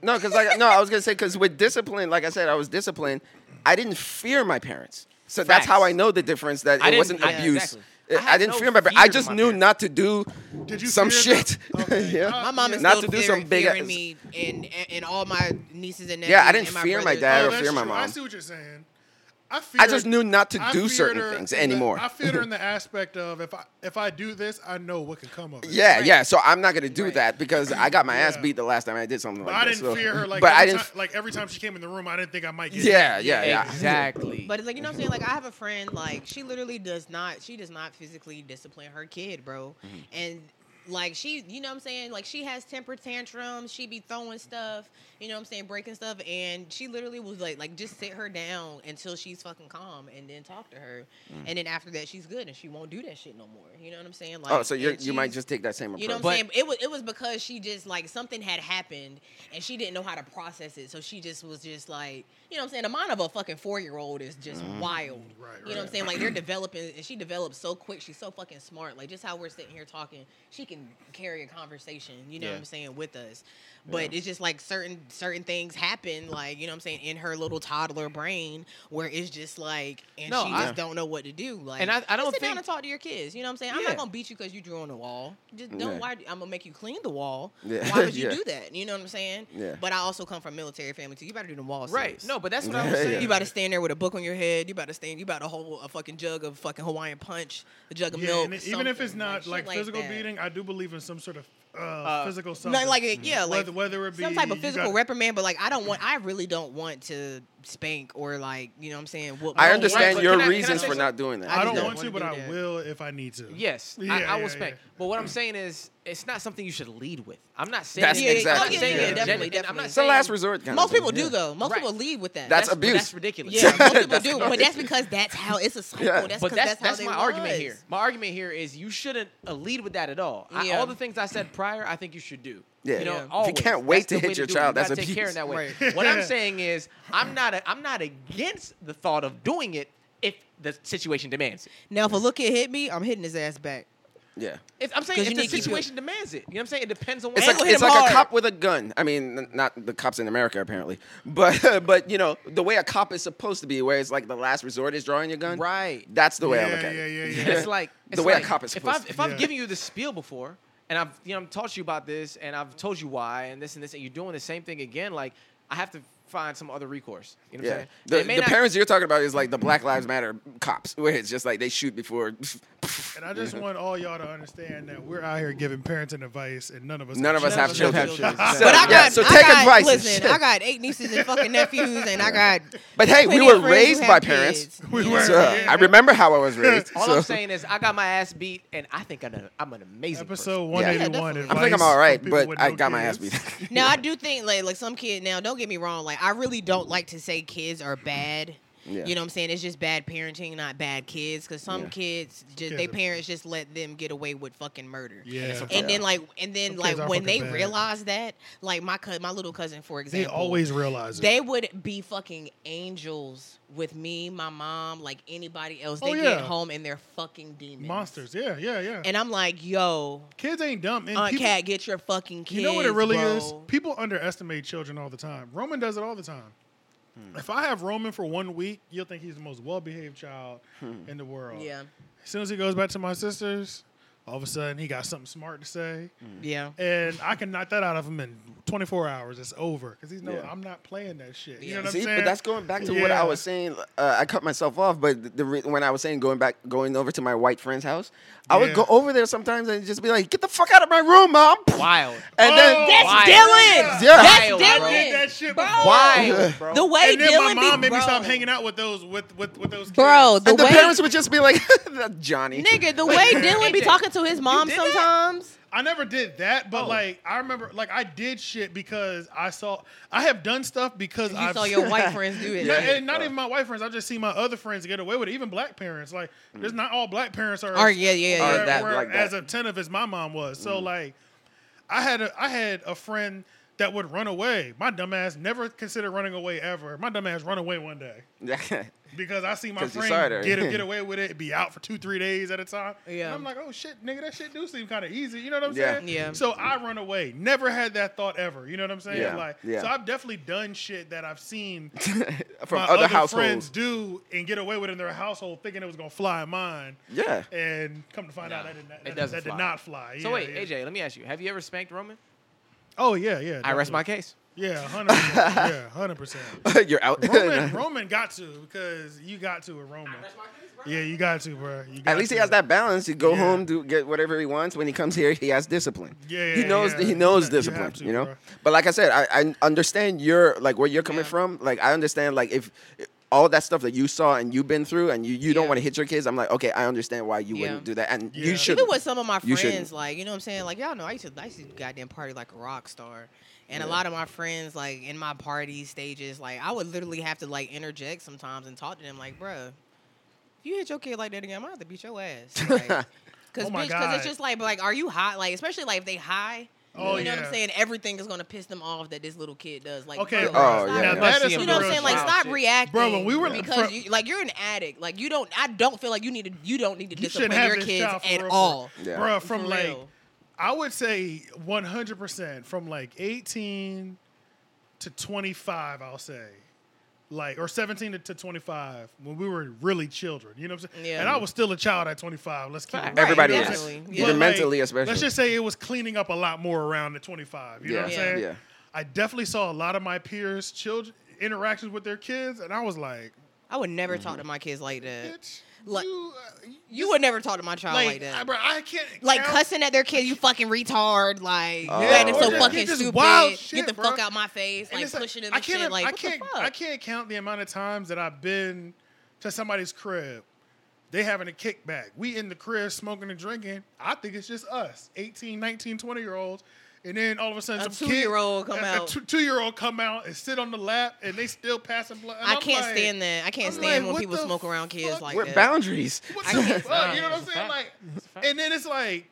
C: No, because like no, I was gonna say because with discipline, like I said, I was disciplined. I didn't fear my parents, so that's how
B: Facts.
C: I know the difference. That
B: I
C: it
B: didn't-
C: wasn't
B: yeah,
C: abuse.
B: exactly. I
C: I,
B: had
C: didn't
B: no
C: fear my parents.
B: fear
C: I
B: of
C: just
B: my
C: knew
B: parents.
C: not to do
A: Did you
C: some
A: fear them?
C: shit.
A: Okay.
C: yeah.
A: Uh,
D: My mom is
C: Not
D: still
C: to do some
D: fearing-
C: big
D: fearing
C: ass-
D: me and, and and all my nieces and nephews.
C: Yeah, I didn't
D: and my
C: fear my
D: brothers.
C: dad
A: Oh,
C: or
A: that's
C: fear my
A: true. I
C: mom.
A: see what you're saying. I,
C: I
A: feared-
C: just knew not to
A: I
C: do
A: feared
C: certain
A: her
C: things
A: in the-
C: anymore.
A: I feared her in the aspect of if I if I do this, I know what can come of it.
C: Yeah,
D: Right.
C: yeah. So I'm not gonna do
D: Right.
C: that because I got my ass
A: Yeah.
C: beat the last time I did something
A: But
C: like
A: I
C: that.
A: didn't
C: so-
A: fear her like
C: but
A: every
C: I didn't.
A: time, like every time she came in the room, I didn't think I might get
C: yeah, yeah, yeah.
B: Exactly.
D: But it's like you know what I'm saying. Like I have a friend, like she literally does not, she does not physically discipline her kid, bro.
C: Mm-hmm.
D: And like she, you know what I'm saying. Like she has temper tantrums. She be throwing stuff. You know what I'm saying, breaking stuff. And she literally was like, like just sit her down until she's fucking calm, and then talk to her.
C: Mm.
D: And then after that, she's good, and she won't do that shit no more. You know what I'm saying? Like
C: Oh, so you
D: and
C: you might
D: she's-
C: just take that same approach.
D: You know what I'm
B: But-
D: saying? It was it was because she just like something had happened and she didn't know how to process it. So she just was just like, you know what I'm saying? The mind of a fucking four year old is just
C: Mm-hmm.
D: wild.
A: Right,
D: You know what I'm
A: right.
D: saying? Like they're developing and she develops so quick. She's so fucking smart. Like just how we're sitting here talking, she can carry a conversation, you know
B: Yeah.
D: what I'm saying, with us. But it's just like certain certain things happen, like, you know what I'm saying, in her little toddler brain where it's just like and
B: No,
D: she
B: I-
D: just don't know what to do. Like
B: And I- I
D: just
B: don't
D: sit down
B: think-
D: and talk to your kids. You know what I'm saying? I'm
B: Yeah.
D: not gonna beat you because you drew on the wall. Just don't.
C: Yeah.
D: Why? I'm gonna make you clean the wall.
C: Yeah.
D: Why would you
C: Yeah.
D: do that? You know what I'm saying?
C: Yeah.
D: But I also come from military family too. You better do the wall.
B: right.
D: service.
B: No, but that's what I was
C: Yeah.
B: saying.
D: You about to stand there with a book on your head. You about to stand. You about to hold a fucking jug of fucking Hawaiian punch, a jug of
A: Yeah,
D: milk.
A: and even if it's
D: something,
A: not
D: shit
A: like, physical
D: that.
A: beating, I do believe in some sort of uh, physical something.
D: Not like a- yeah, like
A: whether, whether it be
D: some type
A: you
D: of
A: got-
D: physical reprimand, but like I don't want, I really don't want to spank or like you know what I'm saying. Whoop
C: I
D: my
B: Right,
C: understand
B: but
D: kid.
C: your
B: can I- can I
C: reasons
B: say
C: for
B: something?
C: not doing that.
A: I,
D: I
A: don't
D: just
A: want to,
D: don't
A: but
D: wanna do
A: I
D: that.
A: will if I need to.
B: Yes,
A: Yeah,
B: I, I
A: yeah,
B: will spank.
A: yeah.
B: But what I'm saying is, it's not something you should lead with. I'm not saying
C: That's
B: it-
D: Yeah, yeah,
C: exactly.
D: oh, yeah,
B: I'm saying
D: yeah,
B: it
D: yeah, definitely,
B: genuinely, and I'm not
D: definitely.
C: It's the
B: saying-
C: last resort. Kind
D: Most
C: of thing.
D: people do
C: Yeah.
D: though. Most
B: Right.
D: people lead with that.
C: That's
B: but
C: abuse.
B: That's ridiculous.
D: Yeah, most people
C: That's
D: do,
C: not-
D: but that's because that's how it's a cycle.
C: Yeah.
D: That's
B: but that's
D: 'cause that's, how
B: that's
D: they
B: my
D: was.
B: argument here. My argument here is you shouldn't uh, lead with that at all. I-
D: Yeah.
B: all the things I said prior, I think you should do.
C: Yeah.
B: You know,
D: Yeah. If you
B: always.
C: can't wait
B: That's the
C: to hit
B: way
C: your
B: do it. You
C: child, that's
B: gotta take care in
C: abuse.
B: that way.
D: Right.
B: what I'm saying is, I'm not a, I'm not against the thought of doing it if the situation demands it.
D: Now, if a little kid hit me, I'm hitting his ass back.
C: Yeah.
B: If, I'm saying
D: 'Cause
B: if
D: you
B: the
D: need to keep it-
B: situation demands it. You know what I'm saying? It depends on what.
C: It's
D: Angle
C: like
D: hit
C: it's
D: him
C: like a
D: hard.
C: cop with a gun. I mean, n- not the cops in America apparently, but but you know the way a cop is supposed to be, where it's like the last resort is drawing your gun.
B: Right.
C: That's the way I
A: Yeah,
C: look at it.
A: yeah, yeah,
B: And it's like
C: The
B: it's
C: way a
B: like,
C: cop is
B: If
C: supposed
B: I've
C: to.
B: if I've
A: Yeah.
B: given you the spiel before, and I've you know I've taught you about this, and I've told you why, and this and this, and you're doing the same thing again, like I have to find some other recourse. You know what
C: Yeah.
B: I'm saying?
C: The,
B: It may
C: the
B: not-
C: parents you're talking about is like the Black Lives Matter cops, where it's just like they shoot before.
A: And I just want all y'all to understand that we're out here giving parenting advice, and none of us
C: None of us
D: None
C: have
D: of us
C: children.
D: have
B: children.
C: So-
D: But I got,
C: yeah, so
D: I
C: take
D: got-
C: advice. and
D: Listen,
C: shit.
D: I got eight nieces and fucking nephews, and I got.
C: But hey, we
D: plenty
C: were
D: of friends who
C: raised
D: have
C: by
D: kids.
C: parents.
A: We
D: Yeah.
A: were.
C: So I remember how I was raised.
B: All
C: so-
B: I'm saying is I got my ass beat, and I think I'm, a, I'm an amazing
A: Episode
B: person.
A: one
C: Yeah,
A: eighty one.
D: definitely.
C: I think I'm all right, but I got my ass beat.
D: Now I do think like like some kid. Now don't get me wrong. Like I really don't like to say kids are bad.
C: Yeah.
D: You know what I'm saying? It's just bad parenting, not bad kids. Because some
C: Yeah.
D: kids, just,
A: Kids
D: they
A: are-
D: parents just let them get away with fucking murder.
A: Yeah,
D: And then like, and then
A: Some kids
D: like
A: are
D: when they
A: fucking bad.
D: realize that, like my cou- my little cousin, for
A: they
D: example,
A: always realize it.
D: they would be fucking angels with me, my mom, like anybody else. They
A: Oh,
D: get
A: yeah.
D: home and they're fucking demons,
A: monsters. Yeah, yeah, yeah.
D: And I'm like, yo,
A: Kids ain't dumb. And
C: uh,
D: Aunt
A: people-
D: Cat, get your fucking kids.
A: You know what it really
D: bro.
A: is? People underestimate children all the time. Roman does it all the time.
C: Hmm.
A: If I have Roman for one week, you'll think he's the most well behaved child
C: Hmm.
A: in the world.
D: Yeah,
A: As soon as he goes back to my sister's, all of a sudden he got something smart to say.
C: Hmm.
D: yeah.
A: And I can knock that out of him in 24 hours. It's over. Because he's no,
C: Yeah.
A: I'm not playing that shit. You
D: Yeah.
A: know what
C: See,
A: I'm saying?
C: but that's going back to what
A: Yeah.
C: I was saying. Uh, I cut myself off, but the, the re- when I was saying going back, going over to my white friend's house, I would
A: Yeah.
C: go over there sometimes and just be like, "Get the fuck out of my room, mom!"
B: Wild.
C: And
A: Oh,
C: then
D: That's
B: Wild.
C: Yeah.
D: Dylan. That's
B: Wild,
A: I
B: bro.
A: did that
D: Dylan.
A: shit
D: Bro.
A: before.
B: Wild, bro.
D: The way
A: And then
D: Dylan
A: my mom
D: be,
A: made me
D: bro.
A: stop hanging out with those with with, with those kids.
D: Bro, the
C: and the
D: way
C: parents would just be like, "Johnny."
D: nigga, the way Dylan be talking to his mom
B: did that?
D: sometimes.
A: I never did that,
D: Oh.
A: but like I remember, like I did shit because I saw I have done stuff because
D: You
A: I've,
D: saw your white friends do it.
A: Yeah, and not even my white friends. I just see my other friends get away with it. Even black parents, like there's not all black parents are.
D: Are- yeah, yeah, yeah,
A: are-
D: yeah.
C: that-
A: were
C: like that.
A: as attentive as my mom was. So like, I had a I had a friend that would run away. My dumbass never considered running away ever. My dumbass run away one day because I see my
C: 'Cause you saw
A: friend
C: it.
A: get get away with it, be out for two three days at a time.
D: Yeah.
A: and I'm like, oh shit, nigga, that shit do seem kind of easy. You know what I'm
C: Yeah.
A: saying?
D: Yeah.
A: So I run away. Never had that thought ever. You know what I'm saying?
C: Yeah.
A: Like,
C: Yeah.
A: so I've definitely done shit that I've seen
C: From
A: my
C: other,
A: friends
C: households.
A: do and get away with it in their household, thinking it was gonna fly in mine.
C: Yeah.
A: And come to find out, that did not. That,
B: doesn't
A: that did
B: fly.
A: not fly.
B: So
A: Yeah,
B: wait,
A: yeah.
B: AJ, let me ask you: Have you ever spanked Roman?
A: Oh yeah, yeah.
B: I rest
A: definitely.
B: my case.
A: Yeah, hundred. percent. Yeah, hundred percent.
C: You're out.
A: Roman, Roman got to because you got to with Roman. Yeah, you got to, bro. You got
C: At least he
A: to.
C: has that balance. He go
A: Yeah.
C: home, do get whatever he wants. When he comes here, he has discipline.
A: Yeah,
C: he
A: yeah,
C: knows
A: yeah.
C: he knows
A: You have
C: discipline.
A: to,
C: You know,
A: bro.
C: but like I said, I, I understand your like where you're coming
D: Yeah.
C: from. Like I understand like if all that stuff that you saw and you've been through, and you, you don't
D: Yeah.
C: want to hit your kids. I'm like, okay, I understand why you
D: Yeah.
C: wouldn't do that, and
A: Yeah.
C: you should.
D: Even with some of my
C: You shouldn't.
D: friends, like you know what I'm saying. Like y'all know, I used to, I used to goddamn party like a rock star. And a lot of my friends, like in my party stages, like I would literally have to like interject sometimes and talk to them, like, bruh, if you hit your kid like that again, I'm gonna have to beat your ass. Like, Cause
A: Oh my
D: bitch, cause
A: God.
D: it's just like, like, are you high? Like, especially like if they high.
A: Oh,
D: you know what
A: yeah.
D: I'm saying? Everything is gonna piss them off that this little kid does. Like,
A: Okay,
D: bro,
A: bro.
C: Oh,
D: stop
C: yeah.
A: Now
D: it.
A: that is
B: You
A: some
D: You know what I'm
A: real
D: saying? Like,
A: shit.
D: stop
B: shit.
D: reacting,
A: Bro, when we were-
D: because
A: from-
D: you, like you're an addict. Like you don't. I don't feel like you need to. You don't need to
A: You shouldn't
D: discipline
A: have
D: your
A: this
D: kids
A: child for
D: at
A: real,
D: all.
A: bro.
C: Yeah.
A: Bruh, from
D: For
A: like,
D: real.
A: I would say 100 percent from like 18 to 25. I'll say, like, or 17 to, to 25 when we were really children. You know what I'm saying?
D: Yeah.
A: And I was still a child at 25. Let's keep it real.
C: Everybody
D: Right,
C: is,
D: definitely.
C: even
D: Yeah.
A: But, like,
C: mentally especially.
A: Let's just say it was cleaning up a lot more around the 25. You know
C: Yeah.
A: what I'm
D: Yeah.
A: saying?
C: Yeah.
A: I definitely saw a lot of my peers' children interactions with their kids, and I was like,
D: I would
B: Mm-hmm.
D: never talk to my kids like that.
A: bitch,
D: Like-
A: you, uh,
D: You would never talk to my child like,
A: like,
D: that.
A: I, bro, I can't
D: like
A: count-
D: cussing at their kid, you fucking retard. Like
B: Uh,
D: you
C: Yeah,
D: acting
C: or
D: so
C: just-
D: fucking
A: just
D: stupid.
A: wild shit,
D: Get the
A: bro.
D: fuck out my face.
A: And
D: Like
A: it's like,
D: pushing them
A: I
D: and
A: can't,
D: shit. Like
A: I
D: what the
A: can't,
D: fuck?
A: I can't count the amount of times that I've been to somebody's crib. They having a kickback. We in the crib smoking and drinking. I think it's just us, 18, 19, 20 year olds. And then all of a sudden,
D: A
A: some
D: two-year-old
A: kid-
D: come
A: a-
D: out.
A: A two year old come out and sit on the lap, and they still passing blood. And
D: I
A: I'm
D: can't
A: like,
D: stand that. I can't
A: I'm
D: stand
A: like,
D: when
A: what
D: people
A: the
D: smoke around kids
A: fuck?
D: like
C: we're
D: that.
C: boundaries.
A: What
D: I
A: the
D: can't
A: fuck?
D: stand
A: You know
D: it.
A: what I'm saying? Like, and then it's like,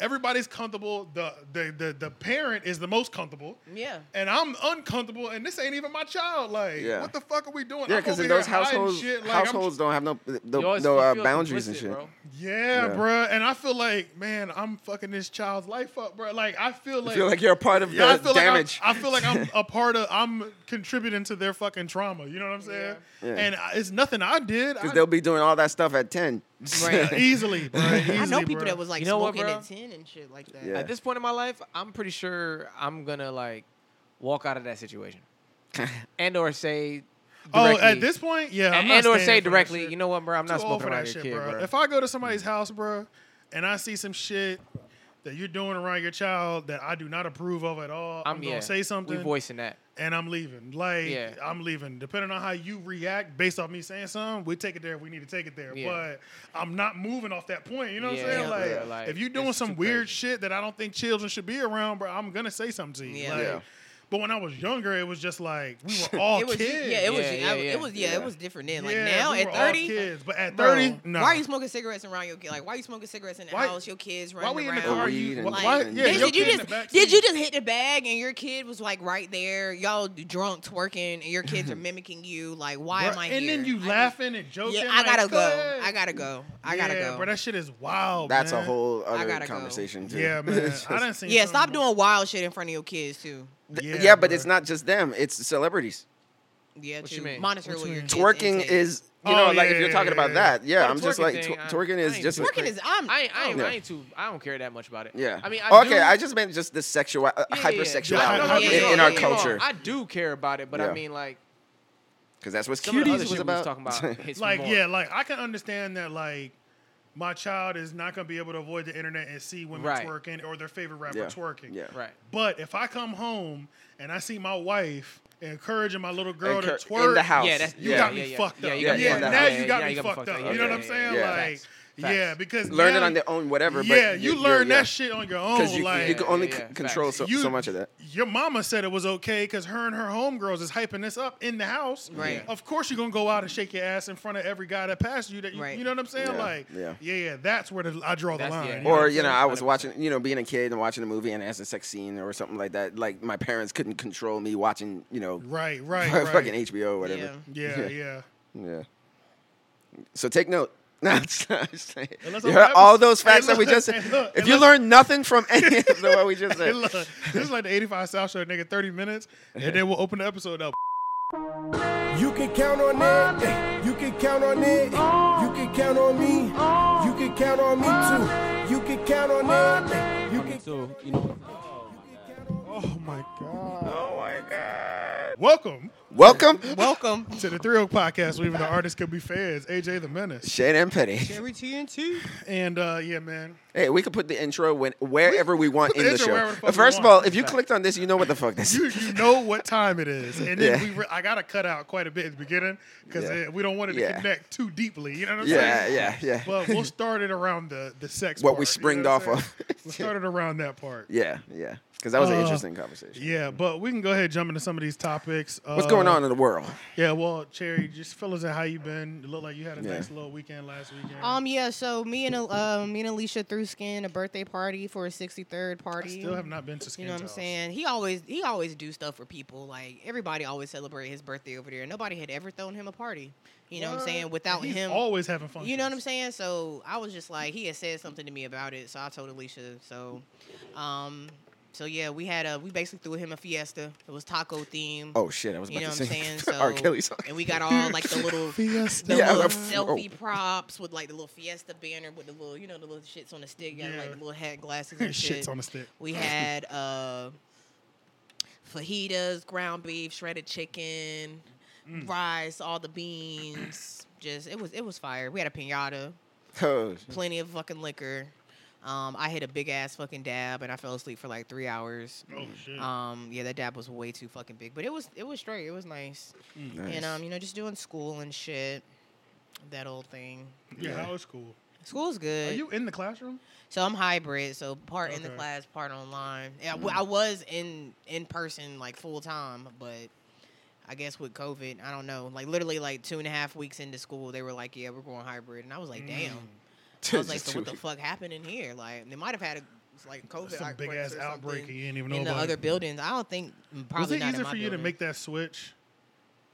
A: everybody's comfortable. The the the, the parent is the most comfortable.
D: Yeah.
A: And I'm uncomfortable, and this ain't even my child. Like,
C: Yeah.
A: what the fuck are we doing?
C: Yeah,
A: I'm
C: because
A: over
C: in
A: here
C: those
A: hiding
C: households,
A: shit, like, I'm-
C: households don't have no
B: You
C: no,
B: always-
C: no
B: you
C: uh,
B: feel
C: boundaries and shit.
B: complicit, bro.
A: yeah,
C: Yeah.
A: bruh. And I feel like, man, I'm fucking this child's life up, bruh. Like, I feel
C: You
A: like,
C: feel like you're a part of
A: yeah, I
C: the
A: feel
C: damage.
A: like I'm, I feel like I'm a part of. I'm contributing to their fucking trauma. You know what I'm saying?
C: Yeah. Yeah.
A: And I, it's nothing I did. I,
C: Because they'll be doing all that stuff at 10.
D: Right.
A: easily, bruh.
D: I know
A: easily,
D: people
A: bruh.
D: that was like
B: You know what,
D: smoking
B: bro?
D: at ten and shit like that.
C: Yeah.
B: At this point in my life, I'm pretty sure I'm gonna like walk out of that situation, and or say directly.
A: Oh, at this point, yeah, I'm
B: and,
A: not
B: and or
A: standing
B: say
A: for that
B: directly,
A: shit.
B: you know what, bro? I'm not
A: Too old
B: smoking
A: for
B: around
A: that shit,
B: your kid,
A: bro.
B: bro.
A: If I go to somebody's house, bro, and I see some shit that you're doing around your child that I do not approve of at all, I'm, gonna
B: yeah,
A: say something
B: We voicing that.
A: and I'm leaving. Like
B: Yeah.
A: I'm leaving. Depending on how you react, based off me saying something, we take it there. if We need to take it there.
B: Yeah.
A: But I'm not moving off that point. You know what
B: Yeah,
A: I'm saying?
D: yeah,
A: Like,
B: yeah, like,
A: if you're doing
B: it's
A: some
B: too
A: weird
B: crazy.
A: shit that I don't think children should be around, bro, I'm gonna say something to you.
D: Yeah.
A: Like,
C: Yeah.
A: But when I was younger, it was just like we were all
D: it was,
A: kids.
D: Yeah, it was.
B: Yeah, yeah,
D: I-
B: yeah.
D: It was. Yeah,
C: Yeah.
D: it was different then. Like
A: Yeah,
D: now
A: we
D: at
A: were all
D: thirty,
A: kids, but at
D: bro,
A: thirty, no.
D: Why are you smoking cigarettes around your kid? Like why are you smoking cigarettes in the
A: Why-
D: house? Your kids
A: Why
D: running
A: we in the
D: around.
A: car?
C: Weed
A: You,
C: and-
A: why, why-
C: Like,
A: yeah,
D: Bitch,
A: your
D: did you
A: kid in
D: just
A: the backseat.
D: did you just hit the bag and your kid was like right there? Y'all drunk twerking and your kids are mimicking you. Like why
A: Bruh,
D: am I
A: And
D: here?
A: then you
D: I
A: laughing and
D: just-
A: joking.
D: Yeah, I gotta
A: like,
D: go.
A: "Cuz."
D: I gotta go. I gotta
A: yeah,
D: go.
A: Bro, that shit is wild.
C: That's a
A: man.
C: whole other
D: gotta go.
C: conversation too.
A: Yeah, man.
C: It's
A: I
C: just-
A: done seen
D: yeah, stop
A: some-
D: doing wild shit in front of your kids too.
C: Th-
A: Yeah,
C: yeah, but
A: bruh.
C: it's not just them; it's celebrities.
D: Yeah,
B: What
D: too.
B: you mean?
D: Monitor
A: What
D: what
A: you
D: your
A: mean?
D: kids
C: Twerking
D: intake.
C: is,
A: Oh,
C: you know,
A: yeah,
C: like
A: yeah,
C: if you're
A: yeah,
C: talking about
A: yeah.
C: that, yeah,
B: Yeah, the
C: I'm just
B: twerking
C: like
B: thing,
C: tw-
B: I-
C: twerking
B: I
C: is
B: ain't-
C: just.
D: twerking is. I'm.
B: I ain't, I ain't,
C: Yeah.
B: I ain't too. I don't care that much about it.
C: Yeah.
B: I mean, I
C: okay,
B: do-
C: I just meant just the sexual uh,
B: Yeah, yeah, yeah.
C: hypersexuality
A: Yeah, I know,
C: in,
A: yeah,
C: in our
A: yeah.
C: culture,
B: I do care about it, but I
C: Yeah.
B: mean, like,
C: because that's what
B: some of the other
C: cuties
B: shit
C: was
B: we was
C: about.
B: talking about hits me
A: Like,
B: more.
A: yeah, like I can understand that, like, my child is not gonna be able to avoid the internet and see women
B: Right.
A: twerking or their favorite rapper
C: Yeah.
A: twerking.
C: Yeah.
B: right.
A: But if I come home and I see my wife encouraging my little girl
C: Encour-
A: to twerk
C: in the house.
B: Yeah, that's-
A: you
C: yeah.
A: got me fucked
B: yeah,
A: up.
B: you
A: Yeah,
B: got me fucked up.
A: now
B: Yeah,
A: you got
B: yeah,
A: me
B: you got me
A: fucked up.
B: fucked up.
A: You know what I'm
C: Yeah,
A: saying?
C: yeah, yeah.
A: Like,
B: Facts.
A: yeah,
B: Facts.
A: because
C: learning
A: now-
C: on their own, whatever.
A: Yeah,
C: but
A: you
C: you're-
A: learn
C: yeah.
A: that shit on your own.
C: because you,
A: like,
C: you can only
B: Yeah,
C: c-
B: yeah,
C: control
B: facts.
C: so,
A: You-
C: so much of that.
A: your mama said it was okay because her and her homegirls is hyping this up in the house.
D: Right.
A: Of course, you're gonna go out and shake your ass in front of every guy that passed you. That you,
D: Right.
A: you know what I'm saying?
C: Yeah,
A: Like,
C: yeah.
A: yeah, yeah. That's where the, I draw the
B: That's-
A: line.
B: yeah.
A: you know what
C: Or
A: I'm
C: you know,
A: saying?
C: I was
B: 100%.
C: watching, you know, being a kid and watching a movie and as a sex scene or something like that. Like my parents couldn't control me watching, you know,
A: Right, right, right.
C: fucking HBO or whatever.
A: Yeah, yeah.
C: Yeah. So take note. No, it's not- it's not-
A: Unless
C: you
A: I'm
C: heard
A: having-
C: all those
A: Hey,
C: facts that we
A: look,
C: just.
A: hey, look,
C: if you
A: unless-
C: learn nothing from any of the, what we just said,
A: Look, this is like the 85 South Show, nigga. 30 minutes, and then we'll open the episode up.
E: You can count on it. eh, You can count on it. eh, You can count on me. You can count on me too. You can count on it. eh, You can.
F: So, you know,
A: Oh my god. Oh my god. Welcome
C: welcome
D: Welcome.
A: to the Three Oak Podcast, where even the artists can be fans. AJ the Menace,
C: Shane and Petty.
D: Every TNT.
A: and uh, yeah, man.
C: Hey, we could put the intro when, wherever we, want
A: put
C: in
A: the
C: the,
A: intro wherever the
C: show.
A: fuck we
C: First of
A: want.
C: all, if you clicked on this, you know what the fuck this.
A: you,
C: is.
A: you know what time it is. And then
C: Yeah.
A: we re- I got to cut out quite a bit at the beginning because
C: Yeah.
A: we don't want it to
C: Yeah.
A: connect too deeply. You know what I'm
C: Yeah,
A: saying?
C: yeah, yeah.
A: But we'll start it around the, the sex
C: What
A: part,
C: we springed
A: what I'm
C: off
A: saying?
C: of.
A: we'll start it around that part.
C: yeah, yeah, because that was an
A: Uh,
C: interesting conversation.
A: Yeah, but we can go ahead and jump into some of these topics.
C: What's
A: Uh,
C: going on in the world?
A: Yeah, well, Cherry, just fill us in how you been. It looked like you had a
C: Yeah.
A: nice little weekend last weekend.
D: Um yeah, so me and uh, me and Alicia threw skin a birthday party for a 63rd
A: I
D: party.
A: still have not been to Skin
D: you know what I'm
A: Toss.
D: saying? He always he always do stuff for people. Like everybody always celebrate his birthday over there. Nobody had ever thrown him a party. You know what, I'm saying? Without
A: Uh, He's
D: him,
A: always having fun.
D: you know what I'm saying? So I was just like, he had said something to me about it, so I told Alicia. So, um, so yeah, we had a we basically threw him a fiesta. It was taco theme.
C: Oh shit, I was
D: you
C: about
D: know
C: to
D: what I'm
C: sing
D: saying? So
C: R. Kelly song.
D: and we got all like the little the
C: Yeah,
D: little
C: I'm-
D: selfie props with like the little fiesta banner with the little you know the little shits on the stick. You got
A: Yeah.
D: like the little hat glasses and shit.
A: Shit's on the stick.
D: We had uh, fajitas, ground beef, shredded chicken, rice, all the beans. Just it was it was fire. We had a pinata,
C: Oh, shit.
D: plenty of fucking liquor. Um, I hit a big ass fucking dab and I fell asleep for like three hours.
A: Oh, shit.
D: Um, yeah, that dab was way too fucking big, but it was it was straight. It was nice,
C: Nice.
D: and um, you know, just doing school and shit, that old thing.
A: yeah, how is school?
D: School's
A: Are
D: good.
A: you in the classroom?
D: So I'm hybrid. So part in the
A: Okay. Mm.
D: class, part online. Yeah, I w- I was in in person like full time, but I guess with COVID, I don't know. Like literally, like two and a half weeks into school, they were like, "Yeah, we're going hybrid," and I was like,
A: Mm.
D: "Damn." I was like,
C: Just
D: "So what the
C: too-
D: fuck happened in here? Like they might have had a like COVID
A: Some big
D: outbreaks
A: ass
D: or
A: outbreak and
D: something
A: you didn't even know
D: in the
A: about
D: other
A: it.
D: buildings. I don't think mm, probably
A: was it
D: not
A: easier
D: in my
A: for you to
D: building.
A: make that switch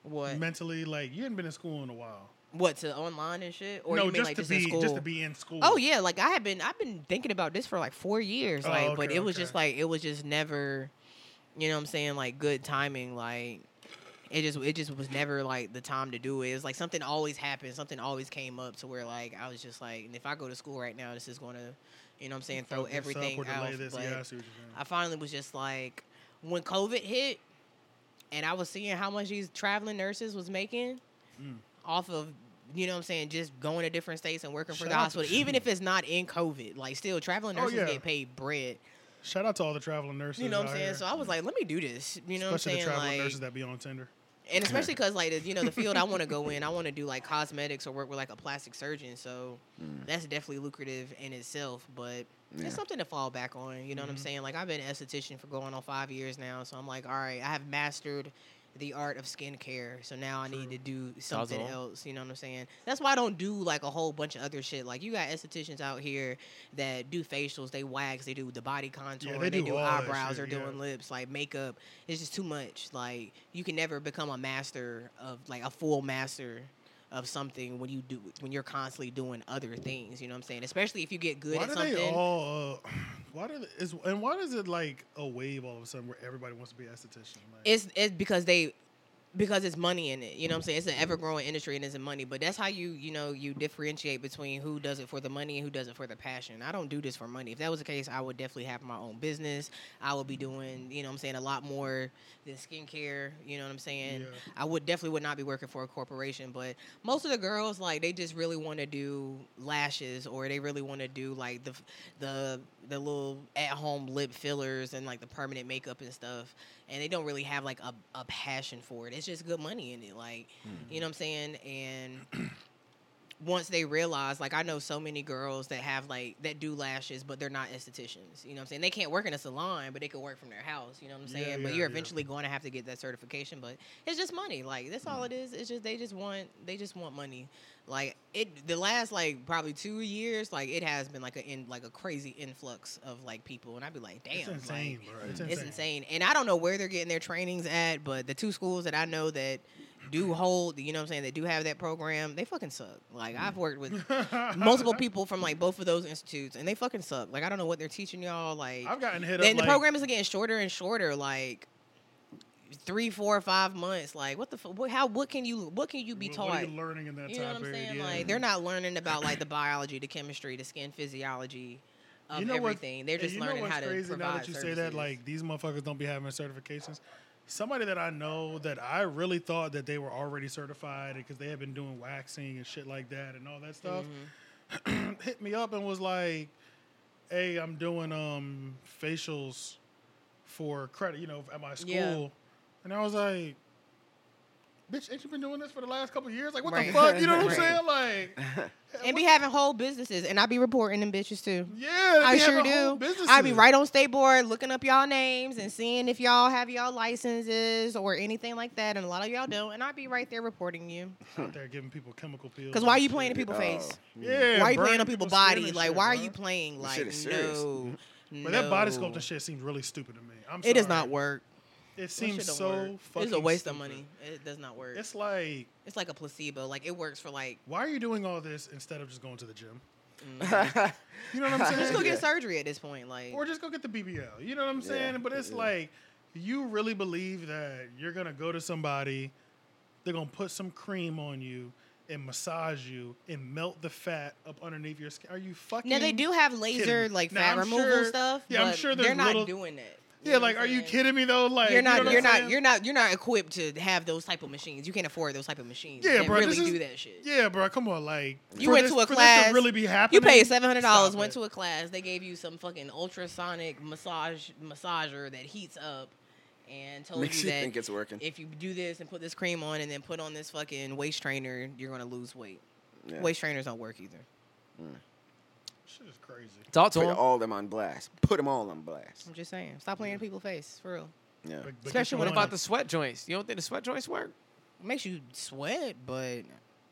D: what
A: mentally? Like you hadn't been in school in a while.
D: what to online and shit, or
A: no,
D: you mean
A: just
D: like
A: to
D: just
A: be
D: in school?
A: just to be in school.
D: Oh yeah, like I have been I've been thinking about this for like four years.
A: Oh,
D: Like but
A: okay,
D: it was
A: okay.
D: just like it was just never you know what I'm saying, like good timing, like it just it just was never like the time to do it. It's like something always happened, something always came up to where like I was just like and if I go to school right now this is gonna you know what I'm saying, throw
A: Fuck this up
D: everything
A: or delay
D: out.
A: this.
D: But
A: Yeah, I see what you're saying.
D: I finally was just like when COVID hit and I was seeing how much these traveling nurses was making
A: Mm.
D: off of you know what I'm saying, just going to different states and working for
A: Shout
D: the
A: out to
D: hospital,
A: you.
D: even if it's not in COVID. Like still, traveling
A: Oh,
D: nurses
A: yeah.
D: get paid bread.
A: Shout out to all the traveling nurses.
D: You know what
A: out
D: I'm saying?
A: here,
D: So I was like, let me do this. You know
A: especially the
D: what I'm
A: traveling
D: saying? Like,
A: nurses that be on Tinder.
D: and especially because like the- you know the field I want to go in, I want to do like cosmetics or work with like a plastic surgeon. So
A: Mm.
D: that's definitely lucrative in itself, but
C: Yeah.
D: it's something to fall back on. You know what
A: Mm-hmm.
D: I'm saying? Like I've been an esthetician for going on five years now, so I'm like, all right, I have mastered the art of skincare. So now I need to do something
B: Dazzle.
D: else. You know what I'm saying? That's why I don't do like a whole bunch of other shit. Like you got estheticians out here that do facials, they wax, they do the body contour,
A: they
D: they,
A: do all
D: do,
A: that
D: eyebrows,
A: shit,
D: they're doing
A: yeah.
D: lips, like makeup. It's just too much. Like you can never become a master of like a full master of something when you do when you're constantly doing other things. You know what I'm saying? Especially if you get good
A: Why
D: at
A: do
D: something.
A: they all? Uh, why do they, is and why is it like a wave all of a sudden where everybody wants to be an esthetician? Like,
D: it's it's because they because it's money in it. You know what I'm saying? It's
A: Mm-hmm.
D: an ever growing industry and it's in money. But that's how you, you know, you differentiate between who does it for the money and who does it for the passion. I don't do this for money. If that was the case, I would definitely have my own business. I would be doing, you know what I'm saying, a lot more than skincare. You know what I'm saying?
A: Yeah.
D: I would definitely would not be working for a corporation. But most of the girls, like, they just really want to do lashes or they really want to do like the f- the the little at home lip fillers and like the permanent makeup and stuff and they don't really have like a, a passion for it. It's just good money in it. Like,
A: Mm-hmm.
D: you know what I'm saying? And once they realize, like, I know so many girls that have like that do lashes, but they're not estheticians. You know what I'm saying? They can't work in a salon, but they can work from their house. You know what I'm
A: Yeah,
D: saying? but
A: yeah,
D: you're
A: yeah.
D: eventually going to have to get that certification. But it's just money. Like that's
A: Mm.
D: all it is. It's just they just want they just want money. Like it the last like probably two years, like it has been like a in like a crazy influx of like people, and I'd be like, damn,
A: it's
D: like,
A: insane, bro. It's insane.
D: it's insane. And I don't know where they're getting their trainings at, but the two schools that I know that do hold, you know what I'm saying, that do have that program, they fucking suck.
A: Mm.
D: Like I've worked with multiple people from like both of those institutes and they fucking suck. Like I don't know what they're teaching y'all like
A: I've gotten hit up.
D: and the
A: like,
D: program is getting shorter and shorter like three, four, five months. Like what the fu- what, how what can you what can you be
A: what
D: taught?
A: are you learning in that
D: You know
A: time
D: what I'm
A: period?
D: saying?
A: Yeah.
D: Like they're not learning about like the biology, the chemistry, the skin physiology of
A: you know what-
D: everything. they're
A: and
D: just
A: you know
D: learning
A: what's
D: how to
A: crazy
D: provide
A: now that you say that
D: services.
A: like these motherfuckers don't be having certifications somebody that i know that i really thought that they were already certified because they had been doing waxing and shit like that and all that stuff
D: Mm-hmm.
A: hit me up and was like hey i'm doing um facials for credit you know at my school
D: Yeah.
A: and i was like bitch ain't you been doing this for the last couple of years like what the
D: Right.
A: fuck you know what
D: Right.
A: i'm saying like
D: and be having whole businesses, and I be reporting them bitches too.
A: yeah
D: I
A: they
D: sure
A: having whole
D: do. I be
A: businesses.
D: right on state board looking up y'all names and seeing if y'all have y'all licenses or anything like that, and a lot of y'all don't. And I be right there reporting you.
A: out there giving people chemical pills
D: Cause why are
A: and
D: you
A: shit.
D: playing in people's
C: Oh.
D: face?
A: Yeah.
D: why are you
A: burn
D: playing on people's
A: skin
D: body?
A: and
D: Like
A: shit,
D: why are
A: bro.
D: you playing? Like
C: shit is serious.
D: no, no.
A: But that body sculpting shit seems really stupid to me. I'm sorry.
D: It does not work.
A: It
D: That shit
A: seems
D: don't
A: so
D: work.
A: fucking.
D: It's a waste of
A: stupid.
D: money. It does not work. It's,
A: It's like,
D: like a placebo. Like it works for like
A: why are you doing all this instead of just going to the gym? Mm. You know what I'm
D: just go
A: saying?
D: get surgery at this point. Like
A: or just go get the BBL. You know what I'm
C: Yeah,
A: saying? But it's
C: yeah.
A: like, you really believe that you're gonna go to somebody, they're gonna put some cream on you and massage you and melt the fat up underneath your skin? Are you fucking?
D: Now they do have laser
A: kidding me.
D: like
A: Now,
D: fat
A: I'm
D: removal
A: sure-
D: stuff.
A: yeah, I'm
D: but
A: sure
D: they're
A: there's
D: not
A: little-
D: doing that. You
A: Yeah,
D: know
A: like,
D: what
A: are
D: I'm
A: you
D: saying?
A: kidding me though? Like,
D: You're
A: You
D: not.
A: know what
D: you're
A: I'm
D: not.
A: saying?
D: You're not. You're not equipped to have those type of machines. You can't afford those type of machines.
A: Yeah,
D: that
A: bro.
D: Really
A: this is-
D: do that shit.
A: Yeah, bro. Come on, like
D: You
A: for
D: went
A: this-
D: to a
A: for this
D: class.
A: to really be happening.
D: You paid seven hundred dollars.
A: stop
D: Went
A: it.
D: to a class. They gave you some fucking ultrasonic massage massager that heats up, and told
C: Makes
D: you
C: you
D: that
C: think it's working.
D: if you do this and put this cream on and then put on this fucking waist trainer, you're gonna lose weight.
C: Yeah.
D: Waist trainers don't work either.
A: Shit is crazy.
B: Talk to
C: Put
B: him.
C: all them on blast. Put them all on blast.
D: I'm just saying. Stop playing in people's face for real.
C: Yeah.
A: But- but
D: Especially
A: get
D: when
B: What
A: your
D: Come
B: about
A: money.
B: the sweat joints? You don't think the sweat joints work?
D: makes you sweat, but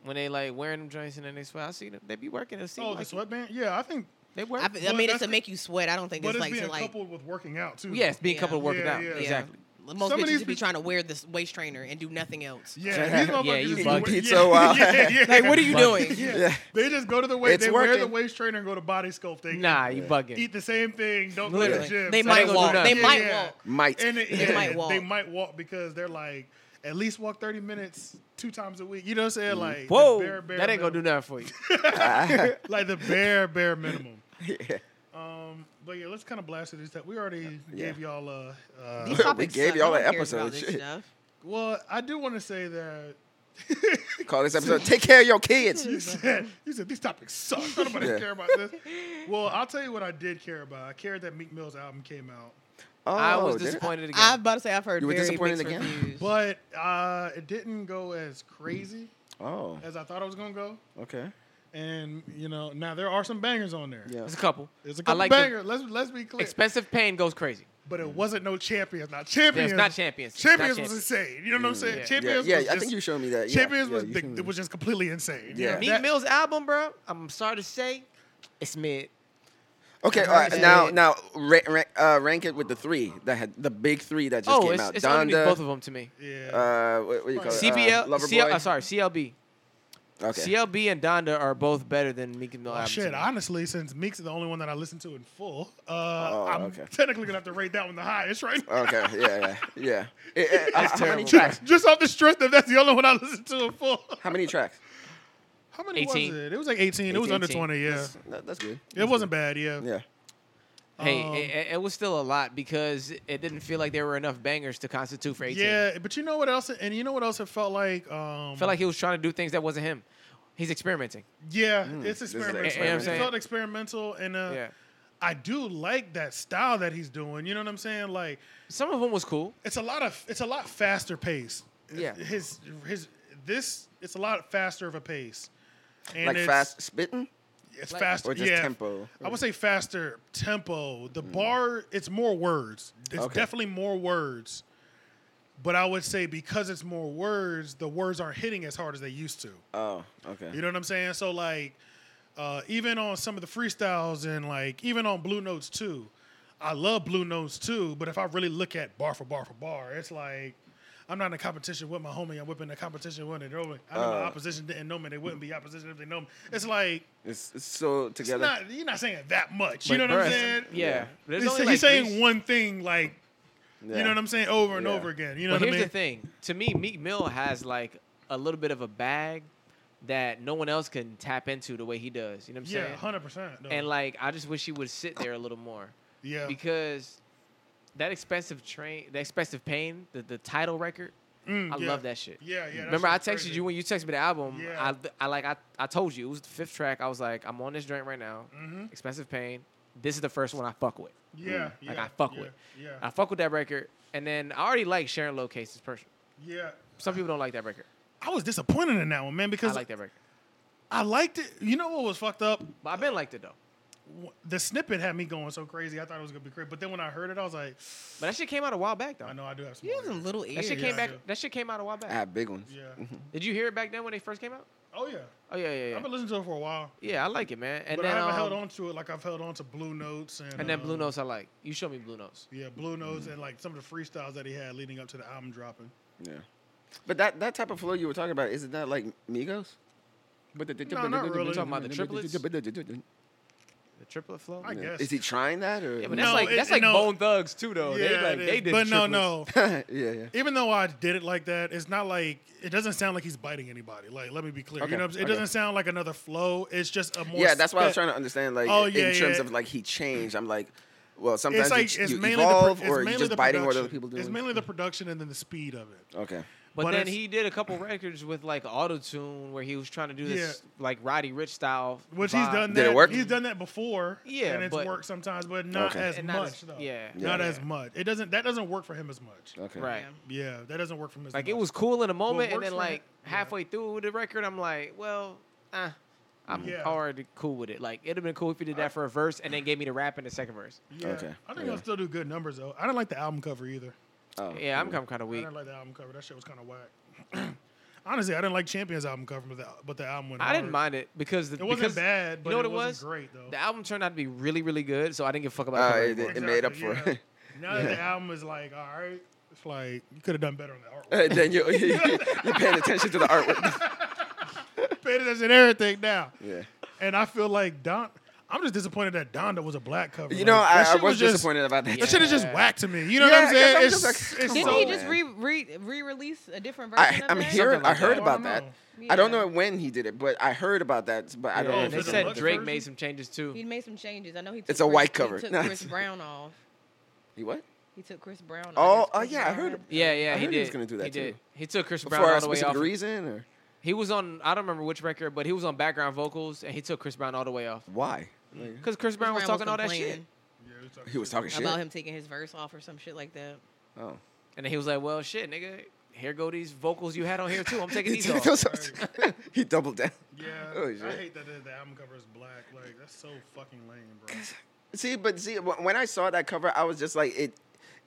B: When they like wearing them joints and then they sweat, I see them. They be working. It seem
A: oh the
B: like it.
A: sweatband? Yeah, I think,
B: They work.
D: I, I
A: Well,
D: mean
A: that's
D: it's to
A: the-
D: make you sweat. I don't think
A: but
D: it's
A: it's
D: like
A: being
D: to like
A: coupled with working out too.
B: yes, being
D: Yeah.
B: coupled working
A: Yeah,
B: out.
A: yeah. Yeah.
B: Exactly.
D: Yeah. Most
A: Some of
D: bitches
A: these
D: be
A: peop-
D: trying to wear this waist trainer and do nothing else.
A: Yeah, these
C: Yeah,
A: motherfuckers
B: you
A: just
B: fucking
A: wear-
C: pizza while-
A: yeah, yeah.
D: Like, what are you
B: Fuck.
D: doing?
A: Yeah.
C: Yeah.
A: They just go to the weight.
C: It's
A: They wear the
C: working.
A: waist trainer and go to body sculpt. They
B: Nah, you bugging.
A: eat the same thing. Don't go to
B: Literally.
A: the gym.
D: They
A: so
D: might
A: don't go
D: walk.
A: do
D: They
A: nothing.
D: might
A: Yeah.
D: walk.
C: Might.
A: And it,
D: They
A: yeah,
D: might
A: They
D: walk.
A: might walk because they're like at least walk thirty minutes two times a week. You know what I'm saying? Like the
B: Whoa,
A: bare, bare
B: that ain't gonna do
A: minimum.
B: nothing for you.
A: like the bare bare minimum.
C: Yeah.
A: Um, but yeah, let's kind of blast through this. That we already
C: Yeah.
A: gave y'all uh, uh
D: These
C: We
D: topics
C: gave
D: suck.
C: y'all
D: No
C: an
D: one cares about
C: episode,
D: this
C: shit.
D: stuff.
A: Well, I do want to say that
C: Call this episode "Take Care of Your Kids."
A: you said you said these topics suck. Nobody
C: Yeah.
A: care about this. Well, I'll tell you what I did care about. I cared that Meek Mill's album came out,
C: Oh,
B: I was
C: did it?
B: disappointed again.
D: I'm about to say I've heard
C: You were
D: very
C: disappointed
D: mixed
C: again?
D: reviews.
A: but uh, it didn't go as crazy
C: Oh,
A: as I thought it was gonna go.
C: okay.
A: And you know, now there are some bangers on there.
C: Yeah.
B: There's a couple.
A: There's a
B: I
A: couple
B: like the-
A: bangers. Let's let's be clear.
B: Expensive pain goes crazy.
A: but it wasn't no champions. Now champions,
B: not Champions. It's not
A: Champions was
B: Champions.
A: insane. You know what I'm saying?
B: Yeah.
C: Mm, Yeah,
A: Champions.
C: yeah,
A: was
C: I
A: just-
C: think you showed me that. Yeah,
A: Champions
C: yeah,
A: was
C: you
A: the,
C: showed
A: it
C: me
A: was just completely insane. You
C: Yeah.
A: know,
B: Meek
A: that-
B: Mill's album, bro. I'm sorry to say, it's mid.
C: that. Okay, all right, now now ra- ra- uh, rank it with the three that had the big three that just
B: oh,
C: came
B: it's,
C: out.
B: it's underneath
C: Donda,
B: both of them to me.
A: Yeah.
C: Uh, what, what do you call
B: CBL,
C: it? Uh, Loverboy?
B: CL, uh, sorry, CLB.
C: Okay.
B: CLB and Donda are both better than Meek Mill
A: Well,
B: album.
A: Oh, shit,
B: to me.
A: honestly, since Meek's the only one that I listen to in full, uh,
C: Oh,
A: I'm
C: okay.
A: technically gonna have to rate that one the highest, right? now.
C: okay. Yeah. Yeah. Yeah. Eh, eh, how-
B: That's
C: how many
B: terrible.
C: tracks?
A: Just off the strength that that's the only one I listen to in full.
C: How many tracks?
A: How many
B: 18.
A: was it? It was like 18. it was
B: 18,
A: under
B: 18.
A: 20. Yeah,
C: That's, that, that's good.
A: it wasn't bad. Yeah.
C: Yeah.
B: hey,
A: um,
B: it- it, it was still a lot because it didn't feel like there were enough bangers to constitute for 18.
A: Yeah, but you know what else? And you know what else? It felt like. Um,
B: felt like he was trying to do things that wasn't him. He's experimenting.
A: Yeah, it's
C: Hmm, this is
A: experimental.
B: experimental.
A: It felt experimental, and uh,
B: yeah,
A: I do like that style that he's doing. You know what I'm saying? Like
B: some of them was cool.
A: it's a lot of it's a lot faster pace.
B: Yeah.
A: His his this it's a lot faster of a pace. And
C: like
A: it's,
C: fast spitting.
A: it's
B: Like-
A: fast
C: or just
A: yeah.
C: tempo? Mm.
A: I would say faster tempo. The bar it's more words. It's
C: Okay.
A: definitely more words. But I would say because it's more words, the words aren't hitting as hard as they used to.
C: Oh. Okay.
A: You know what I'm saying? So like, uh, even on some of the freestyles and like even on Blue Notes too, I love Blue Notes too. But if I really look at bar for bar for bar, it's like I'm not in a competition with my homie. I'm whipping a competition with it. I know my
C: Uh.
A: opposition didn't know me. They wouldn't be opposition if they know me. It's like
C: It's, it's so
A: it's
C: together.
A: not, you're not saying that much. You
B: But,
A: know what I'm
B: bruh,
A: saying?
B: Yeah, There's
A: He's,
B: only,
A: he's
B: like,
A: saying
B: three-
A: one thing like you
C: Yeah.
A: know what I'm saying over and
C: Yeah.
A: over again. You know
B: But
A: what I
B: here's
A: mean?
B: the thing. To me, Meek Mill has like a little bit of a bag that no one else can tap into the way he does. You know what I'm
A: Yeah,
B: saying?
A: hundred percent.
B: And like, I just wish he would sit there a little more
A: yeah,
B: because that expensive train, the expensive pain, the, the title record,
A: Mm,
B: I
A: yeah.
B: love that shit.
A: Yeah, yeah. that
B: Remember, I
A: shit's
B: texted
A: crazy.
B: you when you texted me the album.
A: Yeah.
B: I, I like I, I told you it was the fifth track. I was like, I'm on this joint right now.
A: Mm-hmm.
B: Expensive pain. This is the first one I fuck with.
A: Yeah, yeah
B: Like I fuck
A: yeah,
B: with.
A: Yeah,
B: I fuck with that record. And then I already like Sharon Low Case's person.
A: yeah.
B: Some people don't like that record.
A: I was disappointed in that one, man,
B: I
A: because I,
B: like that record.
A: liked it. You know what was fucked up?
B: But I've been liked it though.
A: W- The snippet had me going so crazy. I thought it was gonna be crazy, but then when I heard it, I was like,
B: But that shit came out a while back though.
A: I know I do have some.
D: You have
A: more
D: some
A: ears.
D: little ears.
B: That shit
A: Yeah,
B: came
A: I
B: back.
A: do.
B: That shit came out a while back.
C: I have big ones.
A: Yeah.
B: Did you hear it back then when they first came out?
A: Oh yeah.
B: Oh yeah, yeah,
A: I've
B: yeah.
A: been listening to it for a while,
B: Yeah, I like it, man. And
A: but I
B: then
A: haven't
B: um,
A: held on to it like I've held on to Blue Notes and
B: and then Blue
A: um,
B: Notes I like. You show me Blue Notes.
A: Yeah, Blue Notes and like some of the freestyles that he had leading up to the album dropping.
C: Yeah. But that, that type of flow you were talking about, isn't that like Migos? But the,
A: No, not really.
B: talking about the triplets? The triplet flow.
A: I guess.
C: Is he trying that or?
B: Yeah, but
A: No,
B: that's like
A: it-
B: that's like
A: no.
B: Bone Thugs too, though. Oh, they
A: it
B: like they
A: is.
B: did.
A: but no,
B: triplets.
A: no.
C: yeah, yeah.
A: even though I did it like that, it's not like it doesn't sound like he's biting anybody. Like, let me be clear.
C: Okay,
A: You know, what I'm saying? it
C: okay.
A: doesn't sound like another flow. It's just a more.
C: yeah, that's why I was
A: spe-
C: trying to understand. Like,
A: Oh,
C: in
A: yeah,
C: terms
A: yeah.
C: of like he changed. I'm like, well, sometimes
A: like
C: you, ch- you
A: the pro-
C: evolve or you just biting what
A: production.
C: other people do. Oh.
A: It's mainly the production and then the speed of it.
C: okay.
B: But,
A: But
B: then
A: it's-
B: he did a couple records with like auto tune where he was trying to do this like Roddy Rich style.
A: Which he's
B: vibe.
A: done
C: Did it
A: that.
C: work?
A: He's done that before.
B: Yeah,
A: and it's
B: but-
A: worked sometimes, but not
C: Okay.
A: as
B: And not
A: much
B: as-
A: though.
B: yeah.
A: not
C: Yeah.
A: as much. It doesn't. That doesn't work for him as much.
C: Okay.
B: right.
D: Yeah.
A: Yeah, that doesn't work for him as
B: Like
A: much.
B: it was cool in a moment, and
A: works
B: then
A: for
B: like
A: him- yeah.
B: halfway through the record, I'm like, well, uh, I'm
A: Yeah.
B: already cool with it. Like it'd have been cool if he did that for a verse and then gave me the rap in the second verse.
A: Yeah.
C: Okay.
A: I think
C: Yeah.
A: he'll still do good numbers though. I didn't like the album cover either.
C: Oh,
B: Yeah, I'm kind of
A: I
B: weak.
A: didn't like the album cover. That shit was kind of whack. Honestly, I didn't like Champions album cover, but the, but the album went.
B: I didn't
A: hard.
B: mind it because the,
A: It wasn't
B: because
A: bad, but
B: you know what
A: it,
B: it
A: wasn't
B: was?
A: great though.
B: The album turned out to be really, really good, so I didn't give a fuck about the
C: Uh,
B: cover
C: it-
B: anymore.
C: it- made up for it.
A: Now that the album is like, all right, it's like you could have done better on the artwork.
C: And then you you- you're paying attention to the artwork.
A: Better than everything now.
C: yeah.
A: And I feel like Don. I'm just disappointed that Donda was a black cover.
C: You
A: Like,
C: know,
A: that
C: I, I
A: shit
C: was
A: just-
C: disappointed about that.
A: That shit is just
B: Yeah.
A: whack to me. You know
C: Yeah,
A: what I'm
C: I guess
A: saying?
C: I'm
A: It's,
C: just like,
A: it's
C: come
D: Didn't
A: so,
D: he
C: on,
D: just re
C: man.
D: re re release a different version?
C: I,
D: of
C: I'm
D: that?
C: hearing.
B: Something like
C: I heard
B: that.
C: about
A: Oh, I
C: that.
A: don't
D: know.
C: I don't
D: Yeah.
C: know when he did it, but I heard about that. But I don't
A: Yeah,
C: know.
B: And
A: Oh,
C: if
B: they
A: is
C: it's
A: it
B: said
A: deluxe
B: Drake
A: version?
B: made some changes too.
D: He made some changes. I know he. Took
C: a
D: Chris-
C: white
D: he
C: cover.
D: took
C: No.
D: Chris Brown off.
C: You what?
D: He took Chris Brown. out.
C: Oh,
D: That's
C: oh,
D: Chris
C: yeah, I
D: Brown.
C: heard
B: Yeah, yeah,
C: I
B: he
C: heard
B: did.
C: he was gonna do that
B: he
C: too.
B: Did. He took Chris Brown
C: for
B: all
C: a
B: the way
C: specific
B: off.
C: reason or
B: He was on. I don't remember which record, but he was on background vocals, and he took Chris Brown all the way off.
C: why? Like,
B: Because Chris Brown was talking all that shit,
D: complaining
A: Yeah, we talking
C: he was
A: shit.
C: talking shit.
D: about him taking his verse off or some shit like that.
C: Oh.
B: and then he was like, "Well, shit, nigga, here go these vocals you had on here too. I'm taking
C: He,
B: these
C: took
B: off."
C: those off. he doubled down.
A: Yeah,
C: Oh,
A: I
C: shit.
A: hate that the, the album cover is black. Like that's so fucking lame, bro.
C: See, but see, wh- when I saw that cover, I was just like, it,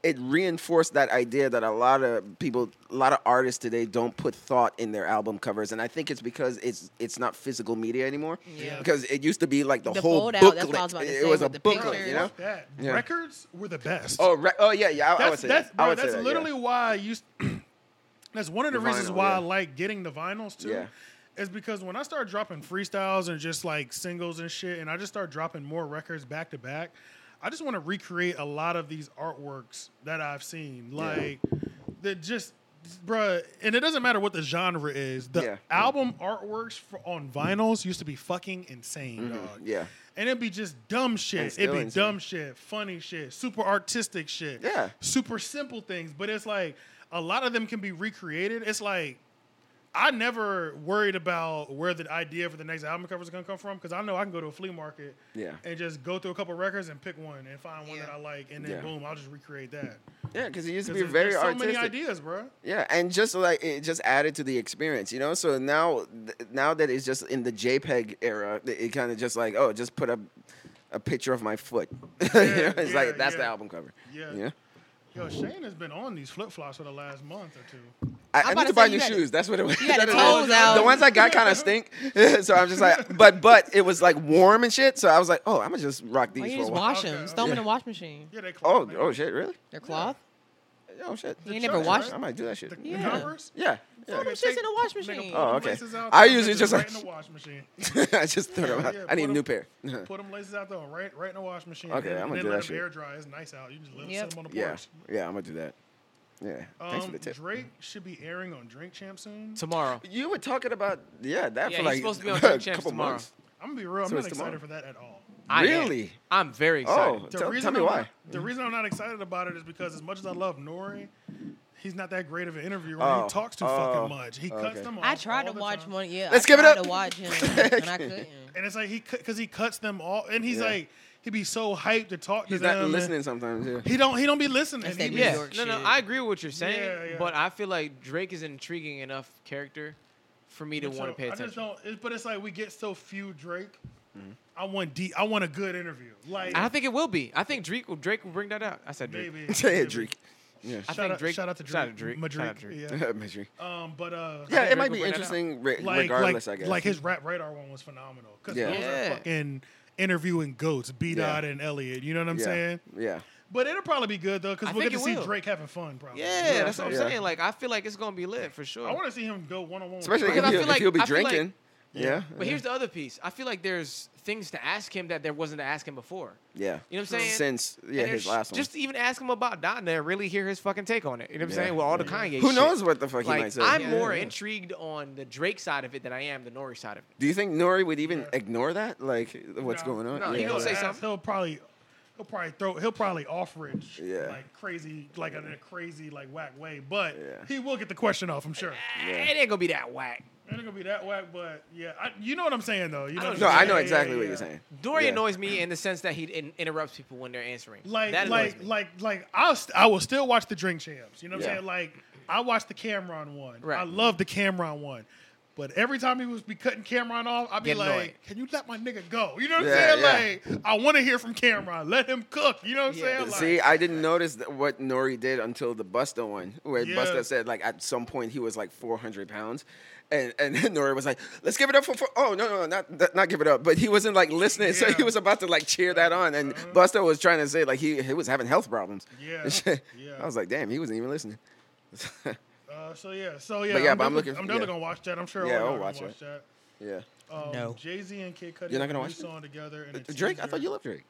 C: it reinforced that idea that a lot of people, a lot of artists today, don't put thought in their album covers, and I think it's because it's it's not physical media anymore.
D: Yeah.
C: Because it used to be like the,
D: The
C: whole
D: fold out,
C: booklet.
D: that's what I was about to
C: it
D: say
C: was a
D: with the
C: booklet,
D: pictures.
C: you know.
A: Fuck that
C: Yeah.
A: records were the best.
C: Oh, right. oh yeah, yeah. I, I would
A: that's
C: say
A: that's
C: that. I
A: bro,
C: would say
A: that's
C: that, yeah.
A: literally why I used. that's one of the,
C: The
A: reasons
C: vinyl,
A: why I
C: yeah.
A: like getting the vinyls too.
C: Yeah.
A: Is because when I started dropping freestyles and just like singles and shit, and I just started dropping more records back to back, I just want to recreate a lot of these artworks that I've seen. Like, that just, bruh, and it doesn't matter what the genre is. The
C: Yeah.
A: album artworks for, on vinyls used to be fucking insane, dog.
C: Mm-hmm. Yeah.
A: And it'd be just dumb shit.
C: It's
A: It'd be
C: still insane.
A: dumb shit, funny shit, super artistic shit.
C: Yeah.
A: Super simple things. But it's like a lot of them can be recreated. It's like I never worried about where the idea for the next album cover is gonna come from because I know I can go to a flea market
C: Yeah.
A: and just go through a couple records and pick one and find one
D: Yeah.
A: that I like and then
C: Yeah.
A: boom, I'll just recreate that.
C: Yeah, because it used to
A: 'Cause
C: be
A: there's-
C: very
A: there's so
C: artistic.
A: many ideas, bro.
C: Yeah, and just like it just added to the experience, you know. So now, th- now that it's just in the JPEG era, it, kind of just like oh, just put a a picture of my foot. You know,
A: Yeah,
C: it's
A: yeah,
C: like that's the
A: yeah.
C: album cover.
A: Yeah.
C: yeah.
A: Yo, Shane has been on these flip flops for the last month or two.
C: I,
D: I'm
C: I
D: about
C: need
D: to
C: to buy
D: say
C: new
D: you gotta-
C: shoes. That's what it was.
D: you gotta
C: That is
D: toes
C: it.
D: out.
C: The ones I got kind of stink, so I'm just like, but but it was like warm and shit. So I was like, oh, I'm gonna just rock these
D: Why you
C: for a
D: just
C: while.
D: wash
A: Okay,
D: them?
A: okay.
D: Just throw them in the wash machine.
A: Yeah, they
C: Oh,
A: cloth, man.
C: oh shit, really?
D: They're cloth.
C: Oh shit.
D: You ain't never
A: church,
D: washed
A: right?
C: I might do that shit.
A: The,
D: Yeah.
A: the covers?
C: Yeah. yeah.
D: them shits in the wash machine.
C: Oh, okay. I
A: I
C: usually
A: usually just
C: just
A: right
C: like-
A: in the wash machine.
C: I just threw them
A: Yeah,
C: out.
A: yeah,
C: I need a
A: put
C: new
A: 'em-
C: pair.
A: Put them laces out there, right, right in the wash machine.
C: Okay,
A: and
C: I'm gonna
A: then
C: do
A: let
C: that
A: them
C: shit.
A: air dry. It's nice out. You just let 'em
D: Yep.
A: sit 'em on the
C: Yeah,
A: porch.
C: yeah, I'm gonna do that. Yeah, thanks for the
A: Um,
C: tip.
A: Drake should be airing on Drink Champ soon.
B: Tomorrow.
C: You were talking about yeah that
B: Yeah,
C: for
B: he's
C: like
B: supposed to be on
C: a
B: Drink Champs
C: couple
B: tomorrow.
C: months.
A: I'm gonna be real. I'm
C: So
A: not
C: it's
A: excited
C: tomorrow.
A: for that at all.
B: I am.
C: Really?
B: I'm very excited.
C: Oh, tell, tell me
A: I'm
C: why.
A: Not, the reason I'm not excited about it is because as much as I love Nori, he's not that great of an interviewer.
C: Oh,
A: He talks too
C: oh,
A: fucking much. He cuts
C: okay.
A: them off.
D: I tried
A: all
D: to
A: the
D: watch
A: time.
D: one. Yeah,
C: Let's
D: I
C: give it
D: tried
C: up.
D: To watch him, and I couldn't.
A: and it's like he because he cuts them all, and he's
C: Yeah.
A: like he'd be so hyped to talk
C: He's
A: to them.
C: not
A: and
C: listening sometimes. Yeah.
A: He don't. He don't be listening.
D: That's that
A: He be
D: New
B: Yeah.
D: York
B: No, no,
D: shit.
B: I agree with what you're saying,
A: Yeah, yeah.
B: but I feel like Drake is an intriguing enough character for me to
A: But
B: want to
A: so,
B: pay
A: I just
B: attention.
A: don't. It, but it's like we get so few Drake. I want deep. I want a good interview. Like
B: I don't think it will be. I think Drake will, Drake will bring that out. I said Drake.
A: maybe.
C: yeah,
A: maybe.
C: Drake. Yeah.
B: I
A: Shout
B: think
A: out,
B: Drake.
A: shout out to Drake.
B: Shout out to Drake. Shout out to Drake.
A: Madrid,
C: Misery.
A: Yeah. Um, but uh,
C: Yeah, it
B: Drake
C: might
B: will point it
C: be
B: out.
C: interesting re-
A: like
C: regardless.
A: like,
C: I guess.
A: like his rap radar one was phenomenal because
C: Yeah.
A: those
B: Yeah.
A: are fucking interviewing goats, B
C: Yeah.
A: Dot and Elliot. You know what I'm
C: yeah.
A: saying?
C: Yeah.
A: But it'll probably be good though because
B: I
A: we'll get
B: think
A: to
B: it
A: see
B: will.
A: Drake having fun. Probably.
B: Yeah, that's what I'm
C: Yeah.
B: saying. Like, I feel like it's gonna be lit for sure.
A: I want to see him go one on one.
C: Especially
B: Because
C: if,
B: I
C: he,
B: feel like-
C: if he'll be
B: I feel like-
C: drinking. yeah.
B: But here's the other piece. I feel like there's things to ask him that there wasn't to ask him before.
C: yeah.
B: You know what I'm saying?
C: Since yeah
B: And
C: his
B: there's-
C: last one.
B: Just to even ask him about Donna and really hear his fucking take on it. You know what I'm
C: Yeah.
B: saying? With all the Kanye
C: Who
B: shit.
C: knows what the fuck he might
B: Like,
C: say?
B: I'm
C: Yeah.
B: more intrigued on the Drake side of it than I am the Nori side of it.
C: Do you think Nori would even
A: Yeah.
C: ignore that? Like what's going on?
B: No, he
C: yeah.
B: gonna
A: he'll
B: say
A: ask-
B: something.
A: He'll probably, he'll probably throw. He'll probably offer it, sh-
C: Yeah.
A: like crazy, like in a crazy, like whack way. But
C: Yeah.
A: he will get the question off. I'm sure.
B: Eh, It ain't gonna be that whack.
A: It ain't gonna be that whack, but yeah, I, you know what I'm saying though. You know,
B: I
A: what
B: know-
C: No,
A: I'm
C: I
A: saying?
C: know
A: Yeah,
C: exactly
A: yeah,
C: what
A: yeah.
C: you're saying.
B: Dory
C: Yeah.
B: annoys me in the sense that he in- interrupts people when they're answering.
A: Like,
B: that annoys
A: like,
B: me.
A: like, like, I was, I will still watch the Drink Champs. You know what
C: Yeah.
A: I'm saying? Like, I watched the Cameron one.
B: Right.
A: I love the Cameron one. But every time he was be cutting Cameron off, I'd be
B: Get
A: like,
B: annoyed.
A: "Can you let my nigga go?" You know what
C: Yeah,
A: I'm saying? Like, I want to hear from Cameron. Let him cook. You know what I'm
B: Yeah.
A: saying? Like,
C: See, I didn't notice that what Nori did until the Busta one, where
A: Yeah.
C: Busta said like at some point he was like 400 pounds, and and Nori was like, "Let's give it up for, for oh no no not not- not give it up," but he wasn't like listening, so he
A: Yeah. Uh-huh.
C: was about to like cheer that on, and Busta was trying to say like he he was having health problems.
A: Yeah,
C: And shit.
A: yeah.
C: I was like, damn, he wasn't even listening.
A: Uh, so yeah, so yeah,
C: But yeah, but I'm
A: definitely-
C: looking-
A: I'm definitely
C: yeah.
A: gonna watch that. I'm sure.
C: Yeah,
A: all y'all
C: I'll
A: gonna
C: watch it.
A: that.
C: yeah,
A: Um,
D: No.
A: Jay Z and Kid Cudi have
C: You're not
A: a
C: gonna
A: new
C: watch it? Uh,
A: song together. And a
C: Drake, I
A: teaser
C: thought you loved Drake.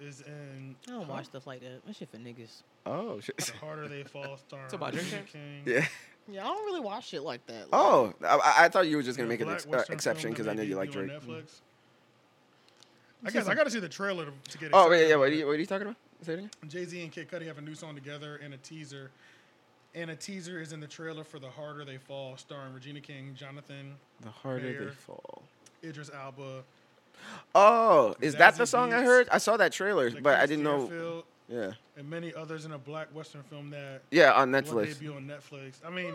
A: is in.
D: I don't watch stuff like that. That shit for niggas.
C: Oh shit.
A: The harder they fall, star.
B: It's about Drake Champs?
A: King.
C: Yeah.
D: Yeah, I don't really watch shit like that.
C: Oh, I- I, I thought you were just
A: The
C: gonna make an
A: Black
C: ex- uh,
A: Western
C: exception
A: film
C: because
A: that
C: I know
A: may
C: you like
A: debut on
C: Drake.
D: Hmm.
A: Netflix. I guess I got to see the trailer to, to get.
C: Oh yeah,
A: excited
C: Oh, yeah.
A: about
C: What are
A: it.
C: you what are you talking about? Say it again.
A: Jay Z and Kid Cudi have a new song together and a teaser. And a teaser is in the trailer for The Harder They Fall, starring Regina King, Jonathan,
C: The harder they
A: Mayor.
C: fall.
A: Idris Alba,
C: Oh, is that the
A: Zazie
C: song I
A: Beetz.
C: heard? I saw that trailer, but I
A: Lakeith
C: didn't know.
A: Stanfield,
C: Yeah,
A: And many others in a black Western film that
C: yeah, on
A: will
C: Netflix.
A: debut on Netflix. I mean,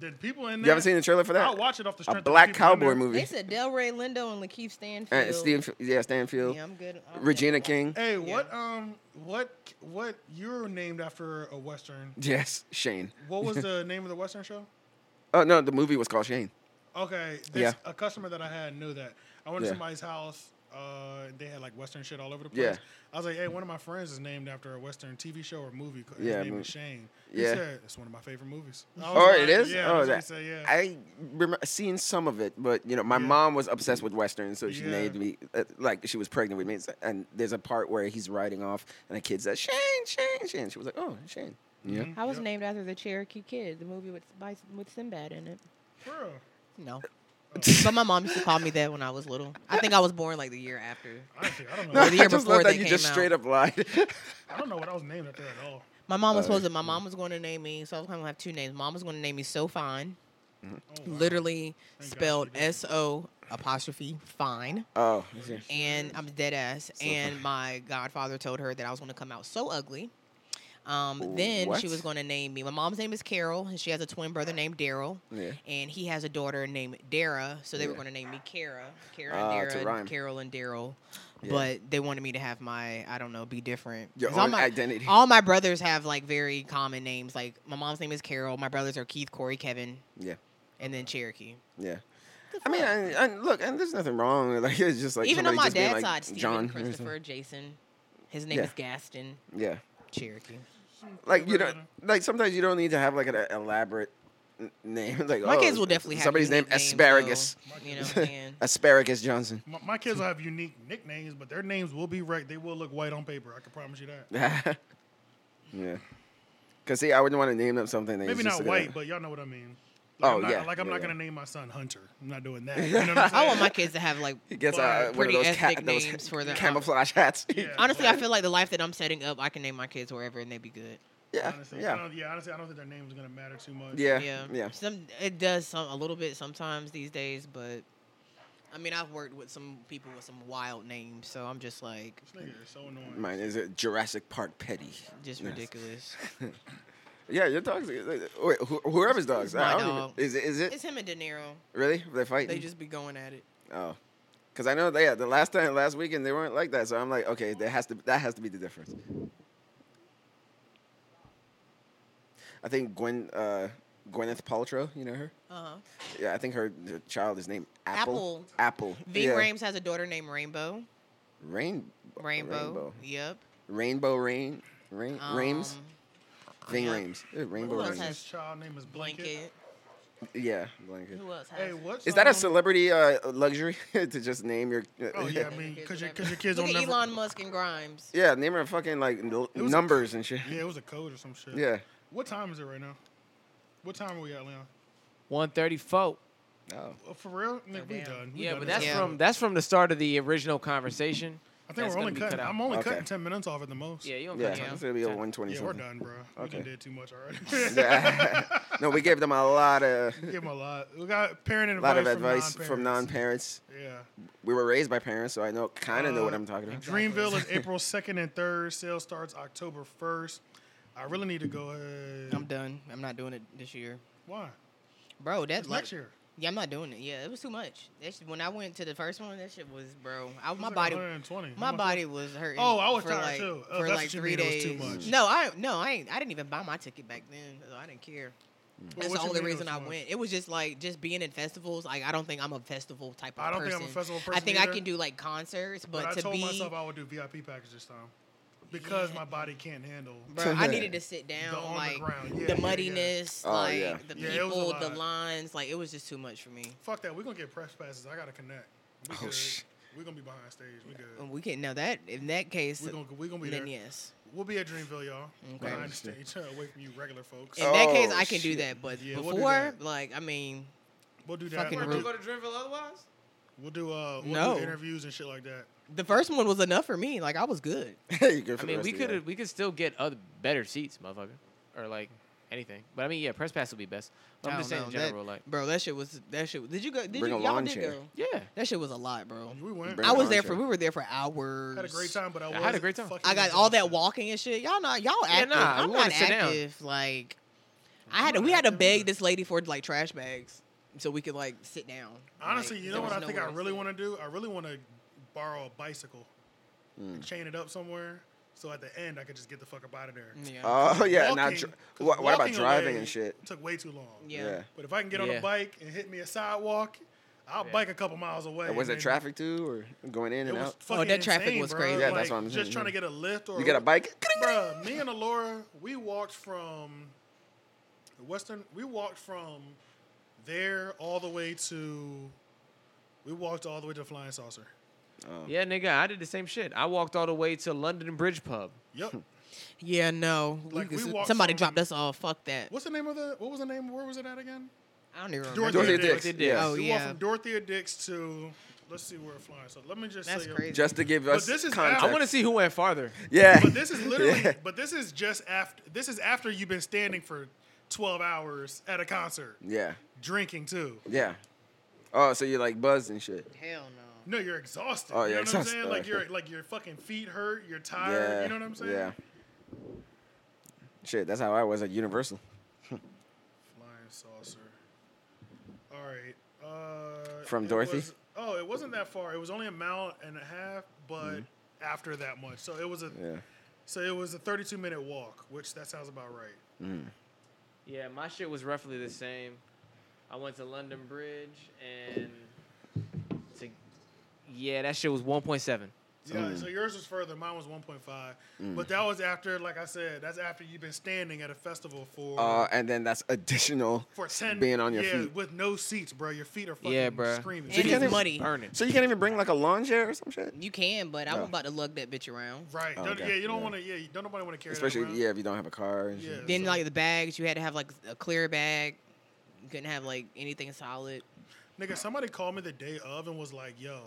A: the people in there.
C: You haven't seen the trailer for that?
A: I'll watch it off the strength
C: A
A: of the
C: black
A: people in
C: cowboy
A: there.
C: movie.
D: They said Delray Lindo and Lakeith Stanfield.
C: Uh, Steve, yeah, Stanfield,
D: Yeah, I'm good. I'm
C: Regina
D: good.
C: King.
A: Hey, what um, what what? You're named after a Western.
C: Yes, Shane.
A: What was the name of the Western show?
C: Oh no, the movie was called Shane.
A: Okay, this,
C: Yeah.
A: a customer that I had knew that. I went
C: Yeah.
A: to somebody's house. Uh, they had like Western shit all over the place.
C: Yeah.
A: I was like, hey, one of my friends is named after a Western TV show or movie. His
C: Yeah,
A: name
C: movie.
A: is Shane.
C: Yeah.
A: He said, it's one of my favorite movies. I was
C: Oh,
A: like,
C: it is.
A: Yeah,
C: oh,
A: that's what he
C: that.
A: said, yeah.
C: I remember seeing some of it, but you know, my
A: Yeah.
C: mom was obsessed with westerns, so she
A: Yeah.
C: named me uh, like she was pregnant with me. And there's a part where he's riding off, and the kid says Shane, Shane, Shane. She was like, oh, Shane. Yeah.
D: I was
A: Yep.
D: named after the Cherokee Kid, the movie with by, with Sinbad in it.
A: For real.
D: No. but my mom used to call me that when I was little. I think I was born like the year after.
A: I, don't think- I don't
D: Or
A: know.
D: the year
C: I just
D: before
C: love that
D: they
C: you
D: came
C: just
D: out.
C: straight up lied.
A: I don't know what I was named after at all.
D: My mom
C: Oh,
D: was supposed to. My mom was going to name me, so I was going to have two names. Mom was going to name me So Fine,
A: Oh,
C: Mm-hmm.
A: wow.
D: literally
A: Thank God
D: spelled
A: she didn't.
D: S O apostrophe Fine,
C: oh, okay.
D: and I'm dead ass. and my godfather told her that I was going to come out so ugly. Um, then
C: What?
D: she was going to name me. My mom's name is Carol, and she has a twin brother named Daryl.
C: yeah.
D: and he has a daughter named Dara, so they were
C: Yeah.
D: going to name me Kara, Kara
C: Ah,
D: and
C: to
D: Dara,
C: rhyme.
D: Carol and Daryl,
C: Yeah.
D: but they wanted me to have my I don't know, be different.
C: Your
D: 'Cause all
C: own
D: my,
C: identity.
D: All my brothers have like very common names. Like my mom's name is Carol. My brothers are Keith, Corey, Kevin,
C: Yeah.
D: and then Cherokee.
C: Yeah. I mean, and, and look, and there's nothing wrong. Like it's just like
D: Even on
C: somebody
D: my
C: just being
D: dad's
C: like,
D: side, Stephen,
C: John or
D: Christopher,
C: something.
D: Jason. His name
C: Yeah.
D: is Gaston
C: Yeah.
D: Cherokee.
C: Like you don't like sometimes you don't need to have like an elaborate n- name. Like
D: My
C: oh,
D: kids will definitely have
C: somebody's name
D: unique names,
C: asparagus.
D: though, you know, what I'm saying?
C: asparagus Johnson.
A: My, my kids will have unique nicknames, but their names will be right. They will look white on paper. I can promise you that.
C: yeah. Cause see, I wouldn't want to name them something. That
A: Maybe
C: is just
A: not
C: gonna-
A: white, but y'all know what I mean. Like,
C: Oh,
A: I'm not,
C: yeah,
A: Like I'm
C: yeah,
A: not
C: yeah.
A: gonna name my son Hunter. I'm not doing that. You know what I'm saying?
D: I want my kids to have like
C: He gets
A: But
C: uh, one of
D: pretty
C: those, ca-
D: ethnic
C: those
D: names for their-
C: camouflage hats.
A: Yeah,
D: Honestly, I feel like the life that I'm setting up, I can name my kids wherever and they'd be good.
C: yeah,
A: honestly, I
C: yeah,
A: don't, yeah. Honestly, I don't think their name's gonna matter too much.
C: yeah,
D: yeah.
C: yeah.
D: Some it does some a little bit sometimes these days, but I mean I've worked with some people with some wild names, so I'm just like
A: This nigga is so annoying.
C: Mine is a Jurassic Park petty.
D: just
C: Yes.
D: ridiculous.
C: Yeah, your dogs. uh, Wait, who- whoever's dogs.
D: My
C: I don't
D: dog.
C: Even, is it? Is it
D: It's him and De Niro.
C: really? They fight.
D: They just be going at it.
C: Oh, because I know they yeah, the last time last weekend they weren't like that. So I'm like, okay, that has to that has to be the difference. I think Gwen uh, Gwyneth Paltrow, you know her.
D: Uh huh.
C: Yeah, I think her the child is named Apple. Apple.
D: V
C: yeah.
D: Rames has a daughter named Rainbow.
C: Rain.
D: Rainbow.
C: Rainbow.
D: Yep.
C: Rainbow Rain. Rain. Rames.
D: Um,
C: Ving
D: yeah.
C: Rames. Yeah, Rainbow
D: Who else
C: Rames.
D: has-
A: His child name is Blanket.
D: Blanket.
C: yeah. Blanket.
D: Who else has?
A: Hey, what?
C: Is that a
A: song-
C: celebrity uh, luxury to just name your?
A: Um, Oh yeah, I mean, cause your, cause your kids
D: Look
A: don't
D: at
A: never.
D: Elon Musk and Grimes.
C: Yeah, name her fucking like n-
A: It was-
C: numbers and shit.
A: Yeah, it was a code or some shit.
C: Yeah.
A: What time is it right now? What time are we at, Leon?
B: One thirty four.
C: Oh.
A: Uh, for real? Nigga, we
D: damn.
A: done. We
B: Yeah,
A: done
B: but
A: this episode.
B: that's
D: Yeah.
B: from that's from the start of the original conversation.
A: I think
B: that's
A: we're
B: gonna
A: only
B: be
A: cutting.
B: cut out.
A: I'm only
C: Okay.
A: cutting ten minutes off at the most.
B: Yeah, you don't
C: Yeah,
B: cut time.
C: it's gonna be a
B: Time.
C: 120
A: Yeah, we're done, bro. We
C: Okay.
A: done did too much already.
C: no, we gave them a lot of
A: Give them a lot. We got parent
C: a
A: advice.
C: lot of
A: from
C: advice from
A: non-parents.
C: non-parents.
A: Yeah.
C: We were raised by parents, so I know kind of know what
A: Uh,
C: I'm talking about.
A: Dreamville is April second and third. Sales starts October first. I really need to go ahead.
D: I'm done. I'm not doing it this year.
A: Why?
D: Bro, that's
A: It's next year.
D: Yeah, I'm not doing it. Yeah, it was too much. That shit, when I went to the first one, that shit was, bro. I,
A: It's
D: my
A: like
D: body,
A: 120.
D: my
A: How much-
D: body was hurting.
A: Oh, I was
D: for
A: tired
D: like,
A: too. Oh,
D: for
A: that's
D: like
A: what you
D: three
A: mean, it was
D: days.
A: too much.
D: No, I no, I ain't. I didn't even buy my ticket back then. So I didn't care.
A: Well,
D: That's
A: what
D: the
A: you
D: only
A: mean it
D: reason
A: was
D: I
A: much?
D: went. It was just like just being in festivals. Like I don't think I'm a festival type of
A: I don't
D: person.
A: think I'm a festival
D: I
A: person
D: think
A: either.
D: I can do like concerts, but,
A: But I
D: to
A: told
D: be,
A: myself I would do VIP package this time because my body can't handle.
D: bro, I needed to sit down,
A: on the
D: like
A: ground. Yeah, yeah,
D: the
A: yeah.
D: muddiness,
C: Oh,
D: like
C: yeah.
D: the
A: Yeah, it was a
D: people, the
A: lot.
D: lines. Like it was just too much for me.
A: Fuck that. We're gonna get press passes. I gotta connect. We
C: Oh,
A: good.
C: sh-
A: We're gonna be behind stage. We good.
D: And We can now that in that case,
A: We're gonna we gonna be
D: then
A: there.
D: yes.
A: We'll be at Dreamville, y'all.
D: Okay.
A: Behind stage, away from you regular folks.
D: In that case,
C: Oh,
D: I can do
C: shit.
D: that. But
A: Yeah, we'll do
D: before,
A: that.
D: like, I mean,
A: we'll do that.
D: fucking
A: We'll
B: Where'd you
A: do,
D: rude.
B: go to Dreamville otherwise?
A: We'll do uh, we'll
D: No.
A: do interviews and shit like that.
D: The first one was enough for me. Like I was good.
C: You're good for
B: I
C: the
B: mean,
C: rest
B: we
C: of the
B: could
C: year.
B: we could still get other better seats, motherfucker, or like anything. But I mean, yeah, press pass would be best. But
D: I
B: I'm just
D: don't
B: saying in
D: know. That-
B: general, like
D: Bro, that shit was that shit. Did you go? Did
C: Bring
D: you?
C: a
D: y'all
C: lawn
D: did
C: chair.
D: go.
B: yeah,
D: That shit was a lot, bro.
A: We went.
C: Bring
D: I
C: an
D: was there
C: armchair.
D: for. We were there for hours.
A: had a great time, but I,
B: I had
A: was
B: a great time.
A: fucking
D: I got all that
A: exhausted.
D: walking and shit. Y'all not y'all
B: Yeah,
D: active.
B: nah,
D: I'm
B: we wanna
D: not
B: sit down.
D: active. Like I had to,
A: not
D: we had to
A: active
D: beg
A: either.
D: this lady for like trash bags so we could like sit down.
A: Honestly, you know what I think I really want
D: to.
A: to do? I really want to borrow a bicycle,
C: Mm.
A: and chain it up somewhere, so at the end I could just get the fuck up out of there.
D: Yeah.
C: Oh yeah,
A: Walking-
C: not. Dr-
A: 'cause
C: what, what about
A: walking
C: driving
A: away
C: and shit?
A: Took way too long.
D: Yeah.
A: But if I can get on
B: Yeah.
A: a bike and hit me a sidewalk, I'll
B: Yeah.
A: bike a couple miles away.
C: And
A: and
C: was there
A: then-
C: traffic too, or going in
A: It
C: and
A: was
C: out?
A: fucking
D: Oh, that traffic
A: insane,
D: was
A: bruh.
D: crazy.
C: Yeah, that's
A: Like,
C: what I'm saying,
A: Just trying to get a lift or
C: You got a bike?
A: Bruh, me and Alora, we walked from Western. We walked from there all the way to. We walked all the way to Flying Saucer.
B: yeah, nigga, I did the same shit. I walked all the way to London Bridge Pub.
C: Hmm.
A: Yep.
D: Yeah, no. We
A: Like,
D: could
A: we
D: s-
A: walked
D: somebody
A: from-
D: dropped us off. Fuck that.
A: What's the name of the? What was the name? Where was it at again?
D: I don't even remember.
A: Dorothy
C: Dorothy
A: Dix.
C: Dix.
B: Dix.
C: Yeah.
D: Oh,
A: we
D: yeah.
A: walked from Dorothea Dix to. Let's see where Flying Saucer. Let me just.
D: That's
A: say
D: crazy.
C: Just to give us
A: this is
C: context.
A: out.
B: I want to see who went farther.
C: Yeah.
A: But this is literally.
C: Yeah.
A: But this is just after. This is after you've been standing for twelve hours at a concert,
C: Yeah.
A: drinking too.
C: Yeah. Oh, so you're like buzzed and shit.
D: Hell no.
A: No, you're exhausted.
C: Oh,
A: you
C: yeah,
A: know what I'm
C: exhausted.
A: saying? Like your like your fucking feet hurt, you're tired,
C: Yeah.
A: Uh, you know what I'm saying?
C: Yeah. Shit, that's how I was at Universal.
A: Flying saucer. All right. Uh
C: From
A: it
C: Dorothy?
A: was- oh, it wasn't that far. It was only a mile and a half, but after that much. So it was a
C: Mm-hmm. Yeah.
A: so it was a 32 minute walk, which that sounds about right.
B: Yeah, my shit was roughly the same. I went to London Bridge and to yeah, that shit was 1.7.
A: Yeah,
C: Mm.
A: so yours was further. Mine was 1.5. But that was after, like I said, that's after you've been standing at a festival for
C: Uh, and then that's additional
A: for 10
C: being on your
A: yeah,
C: feet.
A: with no seats, bro. Your feet are fucking
B: yeah, bro.
A: screaming.
D: And
C: can't
D: it's
C: even-
D: muddy.
B: Burning.
C: So you can't even bring like a lawn chair or some shit?
D: You can, but I'm
C: No.
D: about to lug that bitch around.
A: Right.
C: Oh,
A: Don't-
C: okay.
A: Yeah, you don't
C: Yeah.
A: want to. Yeah, you don't nobody want to carry. that
C: Especially
A: around.
C: yeah, if you don't have a car and
A: Yeah.
C: shit.
D: Then
A: So-
D: like the bags, you had to have like a clear bag. You couldn't have like anything solid.
A: Nigga, somebody called me the day of and was like, "Yo,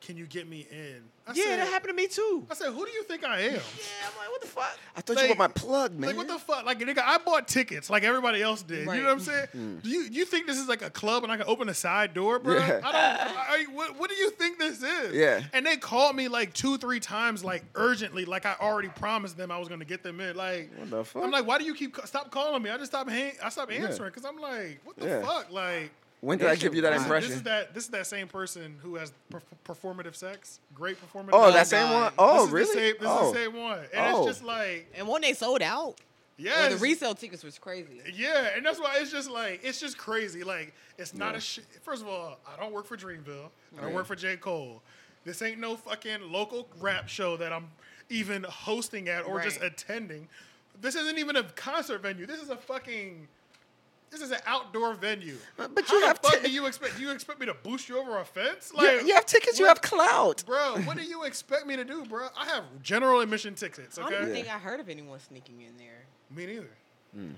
A: can you get me in?" I
B: Yeah,
A: said,
B: that happened to me too.
A: I said, "Who do you think I am?"
B: Yeah, I'm like, what the fuck?
C: I thought
A: Like-
C: you were my plug, man.
A: Like, what the fuck? Like, nigga, I bought tickets like everybody else did. You know what I'm saying?
C: Mm-hmm.
A: Do you you think this is like a club and I can open a side door, bro?
C: Mm. Yeah.
A: I don't. I, what, what do you think this is?
C: Yeah.
A: And they called me like two, three times, like urgently, like I already promised them I was gonna get them in. Like,
C: What the fuck?
A: I'm like, why do you keep ca- stop calling me? I just stop hang, I stop answering because I'm like, what the
C: Yeah.
A: fuck? Like,
C: when did I give you that
A: This is-
C: impression?
A: This is that. This is that same person who has per- performative sex. Great performative.
C: oh, that
A: sex.
C: same
D: God.
C: one?
A: This
C: Oh,
A: is the
C: really?
A: same- this
C: oh.
A: is the same one, and
C: Oh.
A: it's just like,
D: And when they sold out,
A: yeah,
D: or the resale tickets was crazy.
A: yeah, and that's why it's just like it's just crazy. Like it's not a shit. First of all, I don't work for Dreamville. I don't work for J Cole. This ain't no fucking local rap show that I'm even hosting at or just
D: Right.
A: attending. This isn't even a concert venue. This is a fucking. This is an outdoor venue.
C: But
A: How
C: you
A: the
C: have
A: fuck
C: to-
A: do you expect? Do you expect me to boost you over a fence?
C: You- you, have tickets, you
A: what-
C: have clout.
A: Bro, what do you expect me to do, bro? I have general admission tickets,
D: I don't
A: okay?
D: think I heard of anyone sneaking in there.
A: Me neither.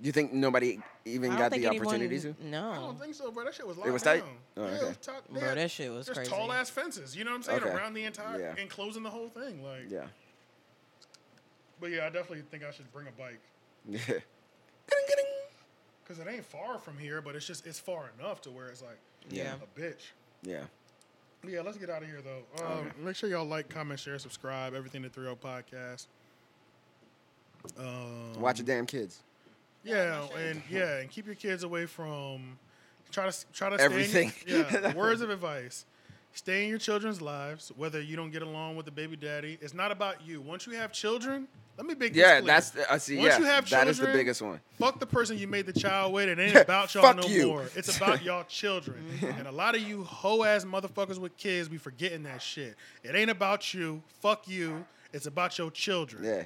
C: You think nobody even
D: I don't
C: got
D: think
C: the opportunity
D: anyone,
C: to?
D: No.
A: I don't think so, bro. That shit was locked
C: It was tight?
A: down.
C: Oh,
A: Yeah, it
C: okay.
A: was tight. They
D: Bro,
A: had-
D: that shit was
A: There's
D: crazy.
A: tall ass fences, you know what I'm saying?
C: Okay.
A: Around the entire
C: Yeah.
A: enclosing the whole thing. Like
C: Yeah.
A: But yeah, I definitely think I should bring a bike.
C: Yeah.
A: Um. Cause it ain't far from here, but it's just it's far enough to where it's like
D: Yeah.
A: a bitch.
C: Yeah.
A: Yeah, let's get out of here though. Um, Make sure y'all like, comment, share, subscribe, everything to 30 Podcast. Um,
C: Watch your damn kids.
A: Yeah, and yeah, and keep your kids away from try to try to
C: Everything.
A: Stay in, yeah, words of advice: stay in your children's lives, whether you don't get along with the baby daddy. It's not about you. Once you have children, let me make this
C: Yeah,
A: clear.
C: that's the- I see.
A: Once
C: yeah,
A: you have
C: that is the
A: children,
C: biggest one.
A: Fuck the person you made the child with. It ain't about y'all
C: Fuck
A: no
C: you.
A: more. It's about y'all children. and a lot of you hoe ass motherfuckers with kids be forgetting that shit. It ain't about you. Fuck you. It's about your children.
C: Yeah,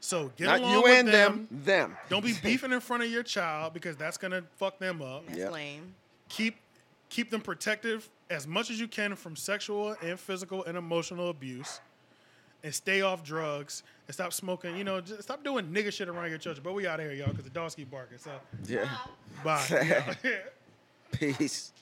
A: So get
C: not
A: along
C: you
A: with
C: and them, them.
A: don't be beefing in front of your child because that's gonna fuck them up.
D: That's
C: Yeah.
D: lame.
A: Keep keep them protective as much as you can from sexual and physical and emotional abuse, and stay off drugs and stop smoking. You know, just stop doing nigga shit around your children. But we out of here, y'all, because the dogs keep barking. So
C: Yeah,
A: bye.
C: peace.